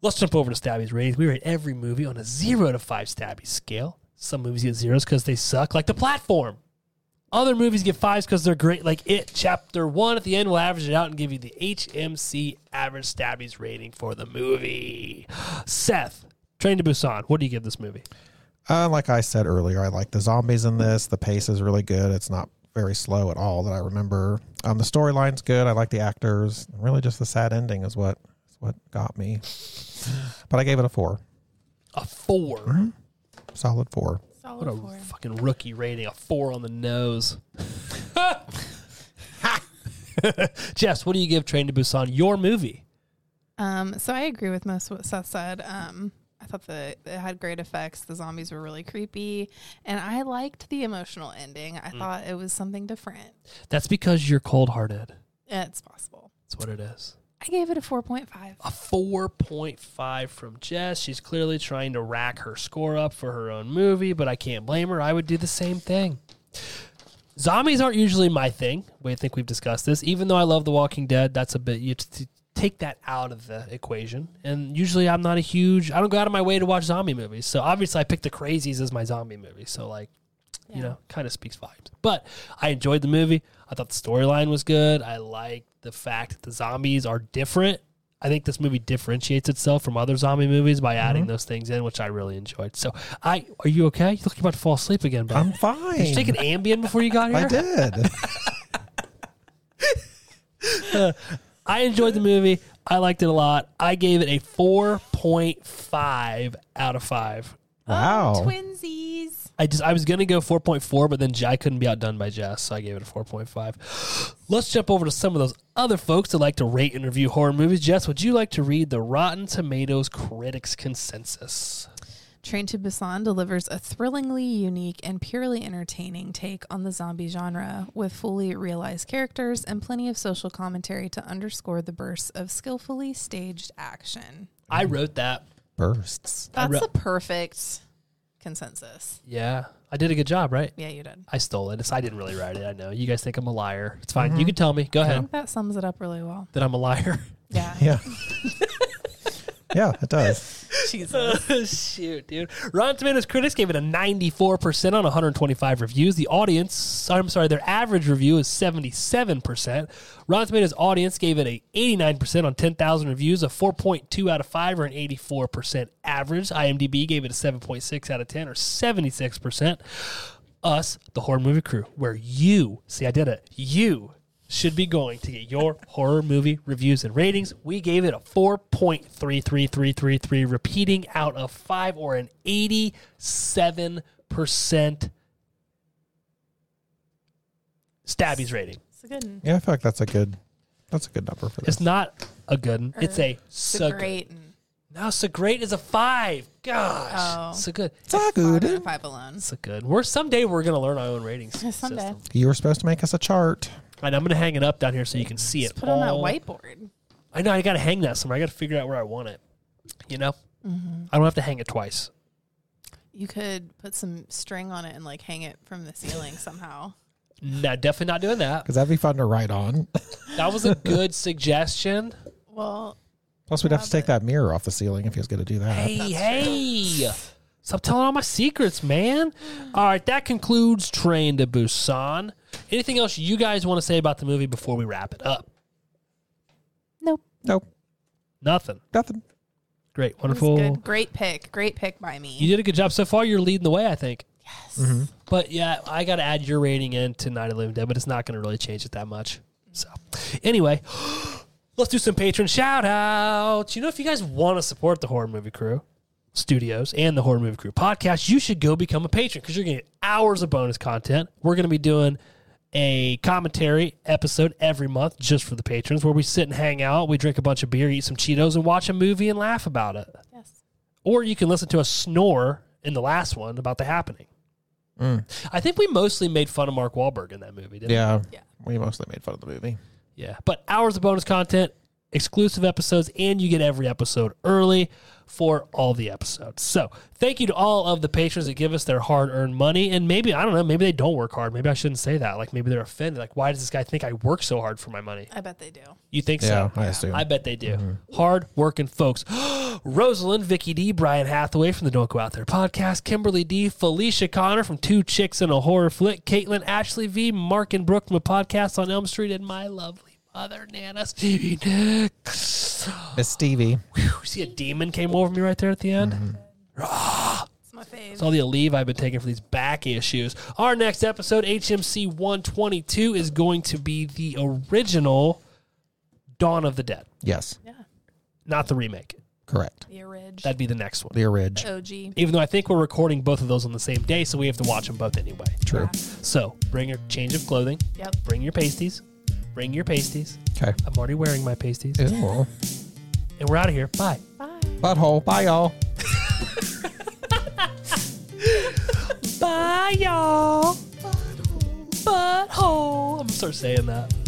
Speaker 2: Let's jump over to Stabby's ratings. We rate every movie on a zero to five Stabby scale. Some movies get zeros because they suck, like The Platform. Other movies get fives because they're great, like It. Chapter one at the end will average it out and give you the HMC average Stabby's rating for the movie. Seth, Train to Busan. What do you give this movie?
Speaker 6: Uh, like I said earlier, I like the zombies in this. The pace is really good. It's not very slow at all that I remember. Um, the storyline's good. I like the actors. Really, just the sad ending is what is what got me. But I gave it a four,
Speaker 2: A 4
Speaker 6: solid four.
Speaker 2: What a fucking rookie rating. A four on the nose. Jess, what do you give Train to Busan? Your movie.
Speaker 3: Um, so I agree with most of what Seth said. Um, I thought the it had great effects. The zombies were really creepy, and I liked the emotional ending. I thought it was something different.
Speaker 2: That's because you're cold hearted.
Speaker 3: It's possible.
Speaker 2: That's what it is.
Speaker 3: I gave it a four point five.
Speaker 2: A 4.5 from Jess. She's clearly trying to rack her score up for her own movie, but I can't blame her. I would do the same thing. Zombies aren't usually my thing. We I think we've discussed this. Even though I love The Walking Dead, that's a bit you t- take that out of the equation. And usually I'm not a huge I don't go out of my way to watch zombie movies. So obviously I picked The Crazies as my zombie movie. So like you know, kind of speaks volumes. But I enjoyed the movie. I thought the storyline was good. I liked the fact that the zombies are different. I think this movie differentiates itself from other zombie movies by
Speaker 6: Mm-hmm.
Speaker 2: adding those things in, which I really enjoyed. So, I are you okay? You look about to fall asleep again, bro.
Speaker 6: I'm fine.
Speaker 2: Did you take an Ambien before you got here?
Speaker 6: I did.
Speaker 2: I enjoyed the movie. I liked it a lot. I gave it a 4.5 out of 5.
Speaker 6: Wow.
Speaker 3: Oh, twinsies.
Speaker 2: I just I was gonna go 4.4, but then J- I couldn't be outdone by Jess, so I gave it a 4.5. *gasps* Let's jump over to some of those other folks that like to rate and review horror movies. Jess, would you like to read the Rotten Tomatoes critics consensus?
Speaker 3: Train to Busan delivers a thrillingly unique and purely entertaining take on the zombie genre, with fully realized characters and plenty of social commentary to underscore the bursts of skillfully staged action.
Speaker 2: I wrote that.
Speaker 6: Bursts.
Speaker 2: I
Speaker 3: That's
Speaker 2: re-
Speaker 3: the perfect consensus.
Speaker 2: Yeah, I did a good job, right?
Speaker 3: Yeah, you did.
Speaker 2: I stole it. It's, I didn't really write it. I know you guys think I'm a liar. It's fine. You can tell me. Go
Speaker 3: I
Speaker 2: ahead
Speaker 3: think that sums it up really
Speaker 2: *laughs*
Speaker 3: well.
Speaker 2: that I'm a liar.
Speaker 3: Yeah.
Speaker 6: Yeah. yeah, it does.
Speaker 3: Jesus.
Speaker 2: *laughs* Shoot, dude. Rotten Tomatoes critics gave it a 94% on 125 reviews. The audience, I'm sorry, their average review is 77%. Rotten Tomatoes audience gave it a 89% on 10,000 reviews, a 4.2 out of 5 or an 84% average. IMDb gave it a 7.6 out of 10 or 76%. Us, the horror movie crew, where you, see I did it, you should be going to get your horror movie reviews and ratings. We gave it a 4.33333 repeating out of 5 or an 87% stabbies rating.
Speaker 3: It's a good one.
Speaker 6: Yeah, I feel like that's a good that's a good number for this.
Speaker 2: It's not a good, un, it's a
Speaker 3: Uh, It's
Speaker 2: so
Speaker 3: a
Speaker 2: great.
Speaker 3: great and
Speaker 2: No, so great is a 5. Gosh.
Speaker 3: Oh.
Speaker 2: So good.
Speaker 6: It's all
Speaker 3: five
Speaker 6: good.
Speaker 3: out of five alone.
Speaker 2: So good. We're someday we're going to learn our own ratings.
Speaker 3: *laughs* Someday.
Speaker 2: system.
Speaker 6: You were supposed to make us a chart.
Speaker 2: And I'm going to hang it up down here so you can see it.
Speaker 3: Put on that
Speaker 2: all.
Speaker 3: whiteboard.
Speaker 2: I know I got to hang that somewhere. I got to figure out where I want it. You know,
Speaker 3: Mm-hmm.
Speaker 2: I don't have to hang it twice.
Speaker 3: You could put some string on it and like hang it from the ceiling somehow.
Speaker 2: No, definitely not doing that.
Speaker 6: Because that'd be fun to write on.
Speaker 2: That
Speaker 3: *laughs*
Speaker 2: was a good suggestion.
Speaker 3: Well,
Speaker 6: Plus, we'd have to take that mirror off the ceiling if he was going to do that.
Speaker 2: Hey, hey. Stop telling all my secrets, man. All right, that concludes Train to Busan. Anything else you guys want to say about the movie before we wrap it up?
Speaker 3: nope.
Speaker 6: Nope,
Speaker 2: Nothing.
Speaker 6: nothing.
Speaker 2: Great,
Speaker 3: It was good.
Speaker 2: wonderful.
Speaker 3: Great pick. Great pick by me.
Speaker 2: You did a good job so far. You're leading the way, I think.
Speaker 3: yes.
Speaker 2: But yeah, I got to add your rating in to Night of the Living Dead, but it's not going to really change it that much. So, anyway, let's do some patron shout outs. You know, if you guys want to support the Horror Movie Crew Studios and the Horror Movie Crew podcast, you should go become a patron because you're going to get hours of bonus content. We're going to be doing a commentary episode every month just for the patrons where we sit and hang out, we drink a bunch of beer, eat some Cheetos, and watch a movie and laugh about it.
Speaker 3: Yes.
Speaker 2: Or you can listen to us snore in the last one about the happening. I think we mostly made fun of Mark Wahlberg in that movie, didn't
Speaker 6: Yeah,
Speaker 3: Yeah.
Speaker 6: we mostly made fun of the movie.
Speaker 2: we? Yeah. But hours of bonus content, exclusive episodes, and you get every episode early for all the episodes. So thank you to all of the patrons that give us their hard earned money. And maybe, I don't know, maybe they don't work hard. Maybe I shouldn't say that. Like maybe they're offended. Like, why does this guy think I work so hard for my money?
Speaker 3: I bet they do.
Speaker 2: You think
Speaker 6: Yeah,
Speaker 2: so?
Speaker 6: I assume.
Speaker 2: I bet they do. Hard working folks. *gasps* Rosalind, Vicky D, Brian Hathaway from the Don't Go Out There podcast, Kimberly D, Felicia Connor from Two Chicks and a Horror Flick, Caitlin, Ashley V, Mark and Brooke from a podcast on Elm Street, and my lovely mother, Nana Stevie Nicks.
Speaker 6: *gasps* Miss Stevie.
Speaker 2: Whew, see, a demon came over me right there at the end.
Speaker 3: It's my fave.
Speaker 2: It's all the Aleve I've been taking for these back issues. Our next episode, HMC 122, is going to be the original Dawn of the Dead,
Speaker 6: Yes,
Speaker 2: not the remake.
Speaker 6: correct.
Speaker 3: the Ridge.
Speaker 2: That'd be the next one.
Speaker 6: The Ridge.
Speaker 3: OG.
Speaker 2: Even though I think we're recording both of those on the same day, so we have to watch them both anyway.
Speaker 6: True.
Speaker 2: So bring your change of clothing.
Speaker 3: Yep.
Speaker 2: Bring your pasties. Bring your pasties.
Speaker 6: Okay.
Speaker 2: I'm already wearing my pasties.
Speaker 6: Ew.
Speaker 2: And we're out of here. Bye.
Speaker 6: Butthole. Bye, y'all.
Speaker 2: Bye, y'all. Butthole. I'm going to start saying that.